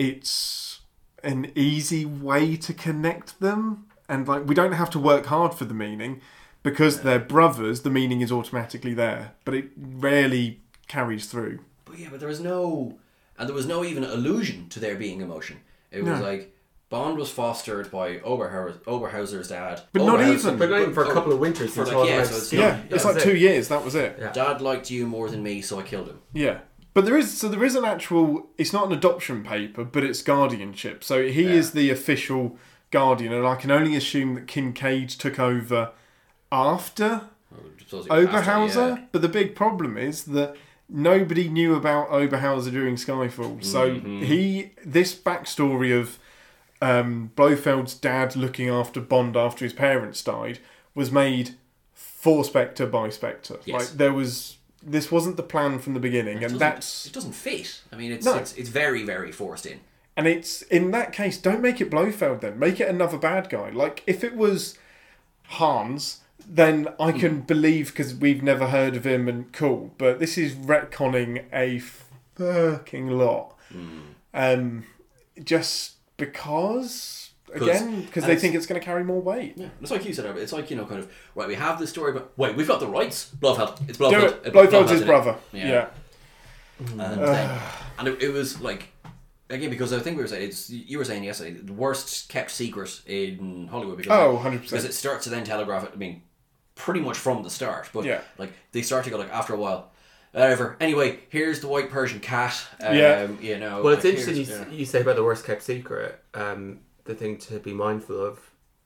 S1: it's an easy way to connect them and like we don't have to work hard for the meaning because they're brothers the meaning is automatically there but it rarely carries through
S3: But yeah, but there was no, and there was no even allusion to there being emotion. It was like Bond was fostered by Oberhauser, Oberhauser's dad,
S1: But not
S3: Oberhauser-
S1: even.
S2: But not even for a
S3: Oh,
S2: couple of winters.
S3: for
S2: he's
S3: like,
S2: all
S3: yeah,
S2: around
S3: so it's
S2: sea.
S3: not-
S1: yeah
S3: Yeah,
S1: it's
S2: that's
S1: like
S2: it.
S1: two years that was it
S2: Yeah.
S3: Dad liked you more than me, so I killed him.
S1: Yeah. But there is so there is an actual it's not an adoption paper, but it's guardianship. So he is the official guardian and I can only assume that Kincaid took over after Oberhauser. But the big problem is that nobody knew about Oberhauser during Skyfall. So
S3: Mm-hmm.
S1: he this backstory of um, Blofeld's dad looking after Bond after his parents died was made for Spectre by Spectre.
S3: Yes.
S1: Like there was this wasn't the plan from the beginning, and
S3: Doesn't-
S1: that's
S3: it doesn't fit. I mean, it's
S1: No.
S3: it's, it's very very forced in.
S1: and it's in that case, don't make it Blofeld then. Make it another bad guy. Like if it was Hans, then I
S3: Hmm.
S1: can believe because we've never heard of him and cool. But this is retconning a fucking lot.
S3: Hmm.
S1: Um, just because again, because
S3: and
S1: they
S3: it's-
S1: think it's going to carry more weight.
S3: Yeah, it's like you said, Albert. It's like you know, kind of right. We have this story, but wait, we've got the rights. Blofeld, it's
S1: Do
S3: Blofeld.
S1: it.
S3: It-
S1: Blofeld's his
S3: in it.
S1: brother.
S3: Yeah.
S1: yeah.
S3: and, then, and it, it was like again because I think we were saying it's you were saying yesterday the worst kept secret in Hollywood because
S1: Oh,
S3: like,
S1: 100%.
S3: because it starts to then telegraph it. I mean, pretty much from the start, but
S1: Yeah.
S3: like they start to go like after a while. However, anyway, here's the white Persian cat. Um,
S1: Yeah.
S3: you know.
S2: Well, it's
S3: like,
S2: interesting you,
S3: here's-
S2: s you say about the worst kept secret. Um, the thing to be mindful of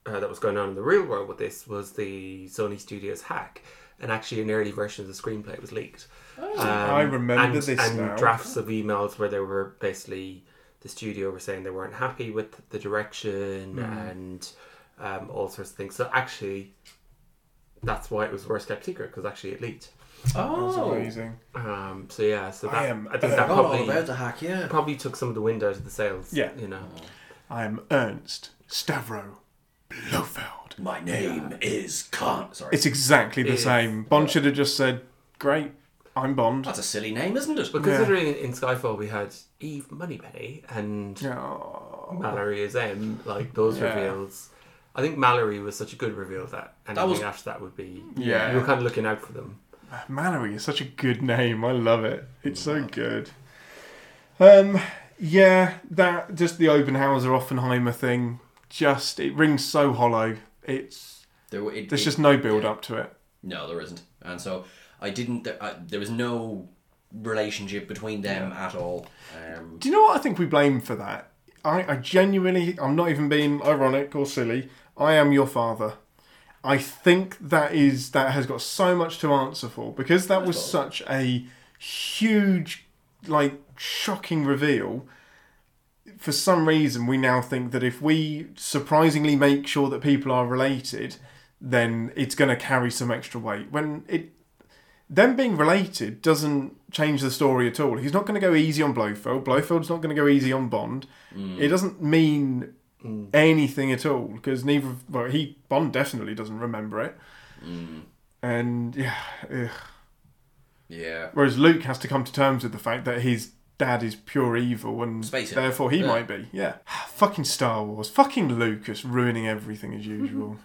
S2: uh, that was going on in the real world with this was the Sony Studios hack, and actually an early version of the screenplay was leaked. Um,
S1: I remember
S2: and,
S1: this
S2: And
S1: now.
S2: drafts of emails where they were basically the studio were saying they weren't happy with the
S1: Hmm.
S2: direction and um, all sorts of things. So actually, that's why it was worst kept secret because actually it leaked.
S1: That's
S3: Oh,
S1: amazing.
S2: Um, so yeah, so that,
S1: I
S2: I,
S1: am-
S2: think
S1: I
S2: that
S3: I forgot
S2: probably
S3: all about the hack. Yeah.
S2: probably took some of the wind out of the sails.
S1: Yeah.
S2: You know.
S1: I am Ernst Stavro Blofeld.
S3: My name is Khan. Sorry,
S1: It's exactly the same. Bond should have just said, "Great, I'm Bond."
S3: [LAUGHS] that's a silly name, isn't it?
S2: But considering in Skyfall we had Eve Moneypenny and
S1: Oh,
S2: Mallory is M, like those
S1: Yeah.
S2: reveals. I think Mallory was such a good reveal that anything
S3: was-
S2: after that would be.
S1: Yeah.
S2: You were kind of looking out for them.
S1: Mallory is such a good name. I love it. It's so good. Um, yeah, that just the Oppenhauser Offenheimer thing. Just it rings so hollow. It's
S3: There, it,
S1: there's
S3: it-
S1: just no build up to it.
S3: No, there isn't. And so I didn't. There, I, there was no relationship between them at all. Um,
S1: Do you know what I think we blame for that? I, I genuinely, I'm not even being ironic or silly. I am your father. I think that is that has got so much to answer for because that was such a huge, like shocking reveal. For some reason, we now think that if we surprisingly make sure that people are related, then it's going to carry some extra weight. When it them being related doesn't change the story at all. He's not going to go easy on Blofeld. Blofeld's not going to go easy on Bond.
S3: Mm.
S1: It doesn't mean anything at all because neither. of- Well, he Bond definitely doesn't remember it.
S3: Mm.
S1: And yeah, ugh.
S3: yeah.
S1: whereas Luke has to come to terms with the fact that his dad is pure evil and
S3: Space it.
S1: therefore he
S3: Yeah.
S1: might be. Yeah, [SIGHS] fucking Star Wars. Fucking Lucas ruining everything
S3: [LAUGHS]
S1: as usual.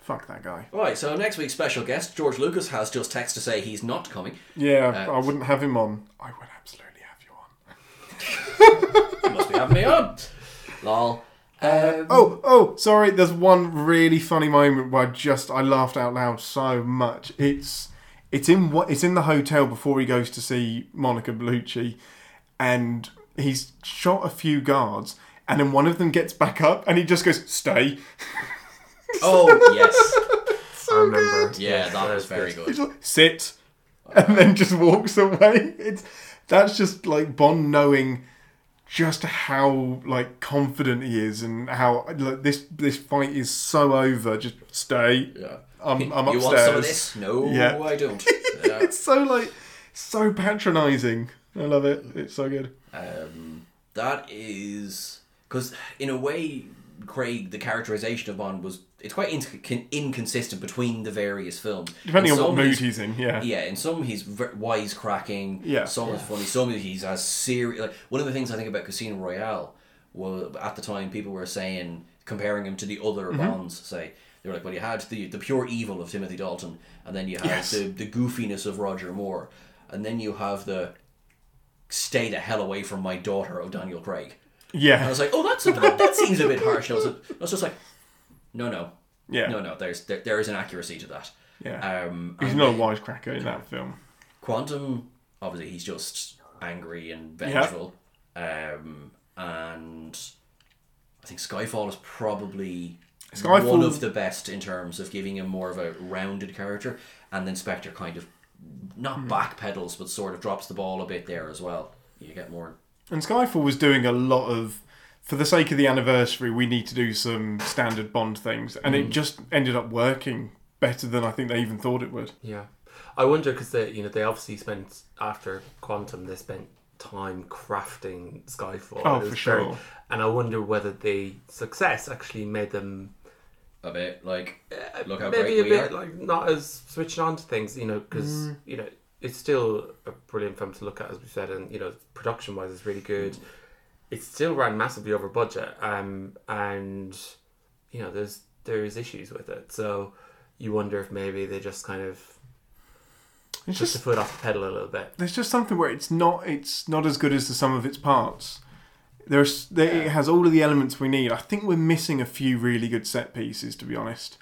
S1: Fuck that guy.
S3: Right. So next week's special guest, George Lucas, has just text to say he's not coming.
S1: Yeah,
S3: Uh,
S1: I wouldn't have him on. I would absolutely have you on.
S3: He must be having me on. [LAUGHS] Lol. Um,
S1: Oh, oh, sorry. There's one really funny moment where I just I laughed out loud so much. It's it's in what it's in the hotel before he goes to see Monica Bellucci, and he's shot a few guards, and then one of them gets back up, and he just goes stay.
S3: oh yes.
S2: I remember.
S3: Yeah, that was very
S1: He's
S3: good.
S1: like, sit, and then just walks away. It's that's just like Bond knowing just how like confident he is and how like, this this fight is so over. Just stay.
S3: Yeah.
S1: I'm, I'm
S3: you
S1: upstairs.
S3: want some
S1: [LAUGHS]
S3: of this? No,
S1: Yeah. [LAUGHS]
S3: I don't. Uh, Yeah.
S1: It's so like so patronising. I love it. It's so good.
S3: Um, that is because, in a way, Craig, the characterization of Bond was it's quite inc- inconsistent between the various films.
S1: Depending
S3: In
S1: on what
S3: some
S1: mood
S3: he's-
S1: he's in, yeah.
S3: Yeah, in some he's v- wisecracking.
S1: Yeah.
S3: Some is funny. Some he's as serious. Like one of the things I think about Casino Royale was at the time people were saying comparing him to the other
S1: Mm-hmm.
S3: Bonds. Say they were like, well, you had the the pure evil of Timothy Dalton, and then you had
S1: Yes.
S3: the the goofiness of Roger Moore, and then you have the stay the hell away from my daughter of Daniel Craig. And I
S1: Yeah.
S3: was like, oh, that's a, that seems a bit harsh. And I was, I was just like, no, no,
S1: Yeah.
S3: no, no. There's there, there is an accuracy to that.
S1: Yeah.
S3: Um,
S1: He's
S3: and
S1: not a wisecracker in that film.
S3: Quantum, obviously, he's just angry and vengeful. Um, and I think Skyfall is probably
S1: Skyfall-
S3: one of the best in terms of giving him more of a rounded character. And then Spectre kind of not
S1: Hmm.
S3: backpedals, but sort of drops the ball a bit there as well. You get more.
S1: And Skyfall was doing a lot of, for the sake of the anniversary, we need to do some standard Bond things, and it just ended up working better than I think they even thought it would.
S2: Yeah, I wonder because they, you know, they obviously spent after Quantum, they spent time crafting Skyfall.
S1: Oh,
S2: It was
S1: for
S2: very-
S1: sure.
S2: and I wonder whether the success actually made them
S3: A bit like look how
S2: Uh, maybe
S3: great
S2: a
S3: we
S2: bit
S3: are.
S2: like not as switching on to things, you know, because
S1: Mm.
S2: you know it's still a brilliant film to look at, as we said, and you know, production wise, it's really
S1: Mm.
S2: good. It still ran massively over budget, um, and you know, there's there is issues with it, so you wonder if maybe they just kind of
S1: It's
S2: just
S1: just
S2: the foot off the pedal a little bit.
S1: there's just something where it's not it's not as good as the sum of its parts There's there, it has all of the elements we need. I think we're missing a few really good set pieces, to be honest.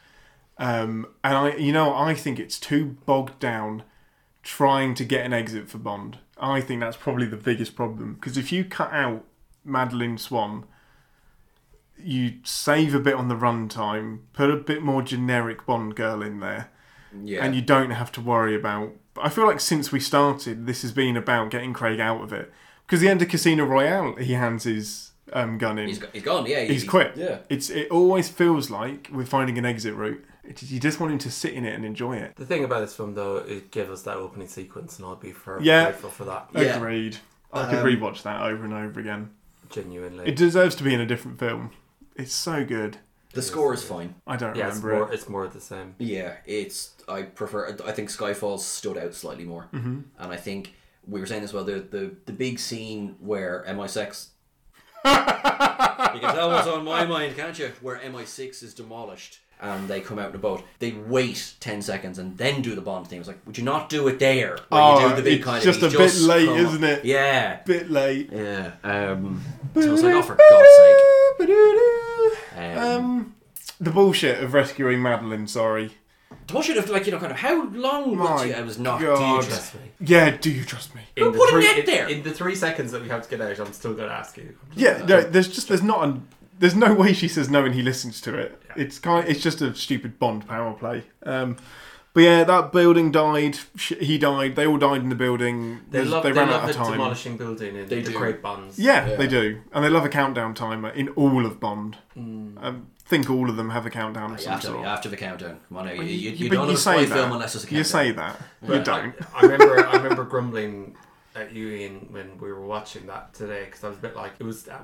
S1: Um, and I, you know, I think it's too bogged down trying to get an exit for Bond. I think that's probably the biggest problem because if you cut out Madeline Swan, you save a bit on the runtime, put a bit more generic Bond girl in there,
S3: Yeah.
S1: and you don't have to worry about. I feel like since we started, this has been about getting Craig out of it because the end of Casino Royale, he hands his um, gun in.
S3: he's, go- he's gone. Yeah.
S1: He's quit.
S5: yeah.
S1: It's it always feels like we're finding an exit route. It, you just want him to sit in it and enjoy it.
S2: The thing about this film, though, it gave us that opening sequence, and I'll be for
S1: Yeah.
S2: grateful for that.
S3: Yeah. Um,
S1: Agreed. I could rewatch that over and over again.
S2: Genuinely,
S1: It deserves to be in a different film. It's so good.
S3: The score is fine.
S1: I don't
S2: yeah, it's
S1: remember
S2: more,
S1: it.
S2: it's more of the same.
S3: Yeah, it's. I prefer. I think Skyfall stood out slightly more, mm-hmm. and I think we were saying as well. The the, the big scene where MI6. you can tell what's on my mind, can't you? Where MI6 is demolished and they come out in a boat. They wait ten seconds and then do the Bond theme. It's like, would you not do it there? Where you
S1: Oh,
S3: do the big
S1: it's
S3: kind
S1: just
S3: of.
S1: a
S3: you
S1: bit late,
S3: come-
S1: isn't it?
S3: Yeah.
S1: Bit late.
S3: Yeah. Um, so I was like, oh, for God's sake. Um,
S1: Um, the bullshit of rescuing Madeline. Sorry.
S3: what should have like you know kind of how long?
S1: My
S3: was you, I was not.
S1: God.
S3: Do you trust
S2: Oh, Trust me.
S1: Yeah. Do you trust me?
S2: In
S3: put a
S2: three,
S3: net
S2: in-
S3: there.
S2: In, the three seconds that we have to get out, I'm still going to ask you.
S1: Yeah. No. There's just there's not a there's no way she says no and he listens to it. It's kind. It's just a stupid Bond power play. Um, but yeah, that building died. Sh- He died. They all died in the building.
S2: They
S1: There's-
S2: love,
S1: they
S2: they
S1: ran
S2: love
S1: out
S2: the
S1: of time.
S2: demolishing building in
S3: They
S2: the
S3: do.
S2: Great Bonds.
S1: Yeah,
S5: Yeah.
S1: they do, and they love a countdown timer in all of Bond.
S2: Hmm.
S1: Um, I think all of them have a countdown of some
S3: After,
S1: sort.
S3: after the countdown. Come on now. You,
S1: But
S3: you,
S1: you-
S3: you
S1: but
S3: don't
S1: you
S3: have a
S1: say
S3: spy
S1: that.
S3: film unless there's a countdown.
S1: You say that, you don't.
S2: I remember I remember grumbling at you Ian when we were watching that today because I was a bit like it was uh,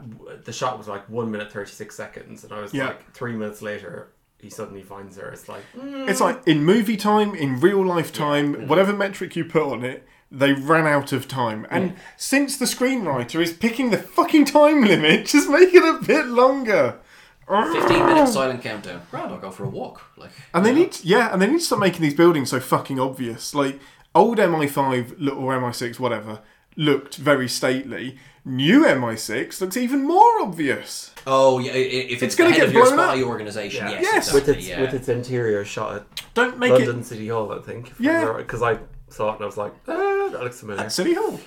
S2: the shot was like one minute thirty six seconds and I was
S1: Yeah.
S2: like three minutes later he suddenly finds her. It's like mm,
S1: It's like in movie time, in real life time, whatever metric you put on it, they ran out of time. And since the screenwriter is picking the fucking time [LAUGHS] limit, just make it a bit longer.
S3: 15 minute silent countdown. Grand, I'll go for a walk. Like,
S1: And they need, yeah, and they need to stop making these buildings so fucking obvious. Like old MI5 look- or MI6, whatever, looked very stately. New MI6 looks even more obvious.
S3: oh, yeah, i- i- if it's,
S1: gonna
S3: the head
S1: get
S3: of your
S1: blown up.
S3: spy organization,
S2: Yeah.
S3: yes.
S1: Yes.
S3: exactly,
S2: with its
S3: yeah.
S2: with its interior shot at
S1: Don't make
S2: London
S1: it
S2: City Hall, I think.
S1: Yeah.
S2: Because I saw it and I was like, ah, that looks familiar.
S1: City Hall.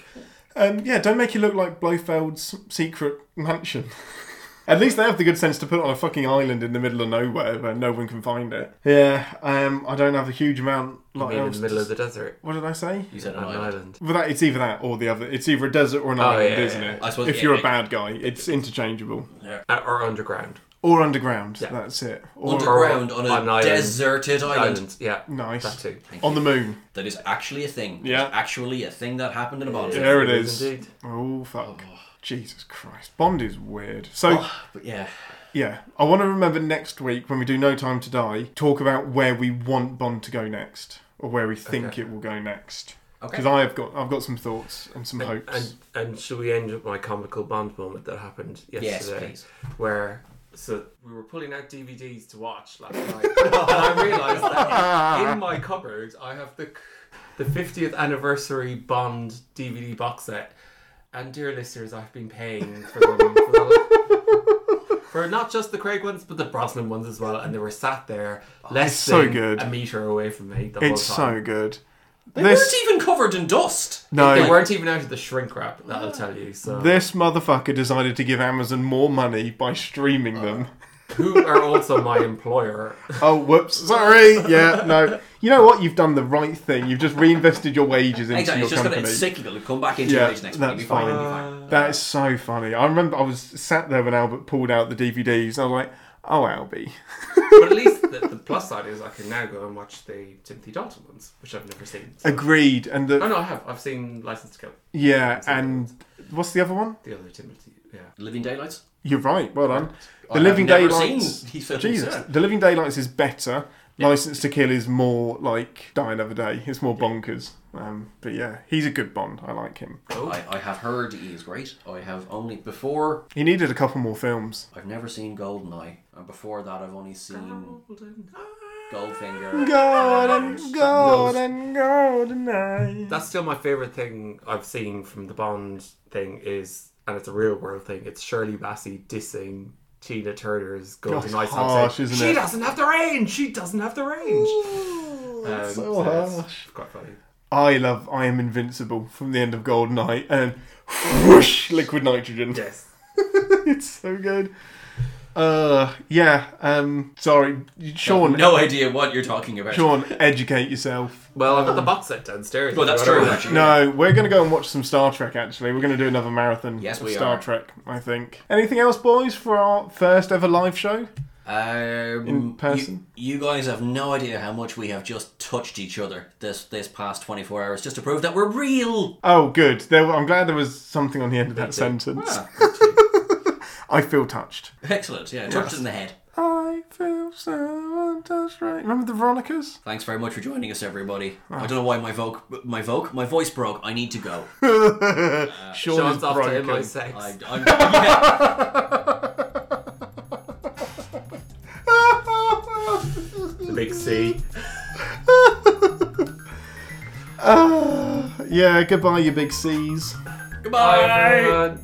S1: Um, yeah, don't make it look like Blofeld's secret mansion. At least they have the good sense to put it on a fucking island in the middle of nowhere where no one can find it. Yeah, um, I don't have a huge amount.
S2: I
S1: Like
S2: mean, in
S1: else to-
S2: the middle of the desert.
S1: what did I say?
S3: You said
S2: on
S3: an
S2: an
S3: island.
S2: island.
S1: Well, that it's either that or the other. It's either a desert or an island,
S2: Oh, yeah, yeah,
S1: isn't
S2: yeah.
S1: it?
S3: I suppose-
S1: if
S3: yeah,
S1: you're
S3: yeah.
S1: a bad guy, it's interchangeable.
S2: Uh, or underground.
S1: Or underground.
S2: Yeah.
S1: That's it. Or
S3: Underground on a
S2: on an island.
S3: deserted island.
S2: Island, yeah.
S1: nice.
S2: That too.
S1: On the moon.
S3: That is actually a thing.
S1: Yeah.
S3: It's actually a thing that happened in a Bond.
S1: There it
S2: It
S1: is.
S2: is indeed.
S1: Oh fuck. Jesus Christ. Bond is weird. So.
S3: But yeah.
S1: Yeah, I want to remember next week when we do No Time to Die, talk about where we want Bond to go next, or where we think
S2: Okay.
S1: it will go next.
S3: Okay.
S1: Because I have got I've got some thoughts and some hopes.
S2: And and should we end with my comical Bond moment that happened
S3: Yes,
S2: yesterday?
S3: please.
S2: Where so we were pulling out DVDs to watch last night,
S3: [LAUGHS]
S2: and I realised that in my cupboard I have the the fiftieth anniversary Bond DVD box set. And dear listeners, I've been paying for them for, the- for not just the Craig ones, but the Brosnan ones as well. And they were sat there less
S1: Oh, it's so
S2: than
S1: good.
S2: a meter away from me the
S1: it's
S2: whole time.
S1: so good.
S3: They
S1: this
S3: weren't even covered in dust.
S1: no,
S2: They weren't even out of the shrink wrap. That'll tell you. So
S1: this motherfucker decided to give Amazon more money by streaming them.
S2: who are also my
S1: [LAUGHS]
S2: employer.
S1: Oh, whoops! Sorry. Yeah, no. You know what? You've done the right thing. You've just reinvested your wages into
S3: Exactly.
S1: your
S3: It's just
S1: company.
S3: gonna it's cyclical. It'll come back into
S1: Yeah,
S3: your age next week. It'll be
S1: that's
S3: fine.
S1: fine.
S3: It'll be fine.
S1: That is so funny. I remember I was sat there when Albert pulled out the DVDs. And I was like, "Oh, Albie."
S2: But at least the, the plus side is I can now go and watch the Timothy Dalton ones, which I've never seen. So.
S1: Agreed. And the
S2: No, no, I have. I've seen License to Kill,
S1: Yeah,
S2: the other
S1: and what's the other one?
S2: the other Timothy. Yeah.
S3: Living daylights.
S1: You're right. Well done. The
S3: I've
S1: Living
S3: never
S1: Daylights.
S3: seen these films,
S1: Jesus,
S3: yeah.
S1: The Living Daylights is better. License to Kill is more like Die Another Day. It's more bonkers. Um, but yeah, he's a good Bond. I like him.
S3: I, I have heard he is great. I have only before
S1: He needed a couple more films.
S3: I've never seen Goldeneye, and before that, I've only seen Goldfinger.
S1: Gold and
S3: and-
S1: gold and gold and I.
S2: That's still my favourite thing I've seen from the Bond thing is and it's a real world thing. It's Shirley Bassey dissing Tina Turner's
S1: Gosh,
S2: Golden Nights
S1: harsh,
S2: song. saying,
S1: isn't
S2: She
S1: it?"
S2: doesn't have the range. She doesn't have the range. Um,
S1: so
S2: it's
S1: harsh.
S2: Quite funny.
S1: I love I Am Invincible from the end of Golden Eye and whoosh, liquid nitrogen. [LAUGHS]
S2: Yes.
S1: it's so good. Uh, yeah. Um, sorry, Sean.
S3: No idea what you're talking about.
S1: Sean, educate yourself.
S2: Well, I've got the box set downstairs.
S3: Well, that's
S2: Whatever.
S3: true, actually.
S1: No, we're going to go and watch some Star Trek. Actually, we're going to do another marathon.
S3: Yes,
S1: of
S3: we
S1: Star
S3: are.
S1: Trek. I think. Anything else, boys, for our first ever live show?
S3: Um,
S1: In person?
S3: You, you guys have no idea how much we have just touched each other this this past 24 hours just to prove that we're real.
S1: Oh, good. There, I'm glad there was something on the end of that sentence. [LAUGHS] I feel touched.
S3: Excellent. Yeah, touched us in the head.
S1: I feel so touched. Right. Remember the Veronicas?
S3: Thanks very much for joining us, everybody. I don't know why my voc, my voc, my voice broke. I need
S1: [LAUGHS]
S3: to go.
S1: Sean
S2: Sean's
S1: is
S2: off
S1: broken.
S2: to MI6.
S3: I, I'm, yeah.
S2: The big C.
S1: [LAUGHS] yeah. Goodbye, you big C's.
S3: Goodbye.
S2: everyone.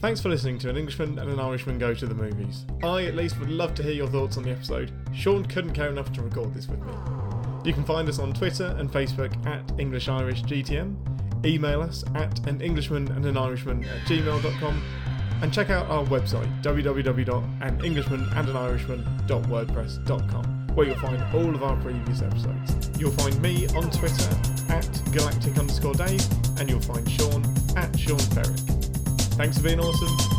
S1: Thanks for listening to An Englishman and an Irishman Go to the Movies. I, at least, would love to hear your thoughts on the episode. Sean couldn't care enough to record this with me. You can find us on Twitter and Facebook at EnglishIrishGTM, email us at an Englishman and an Irishman at gmail.com, and check out our website www.anenglishmanandanirishman.wordpress.com where you'll find all of our previous episodes. You'll find me on Twitter at galactic underscore Dave, and you'll find Sean at Sean Ferrick. Thanks for being awesome.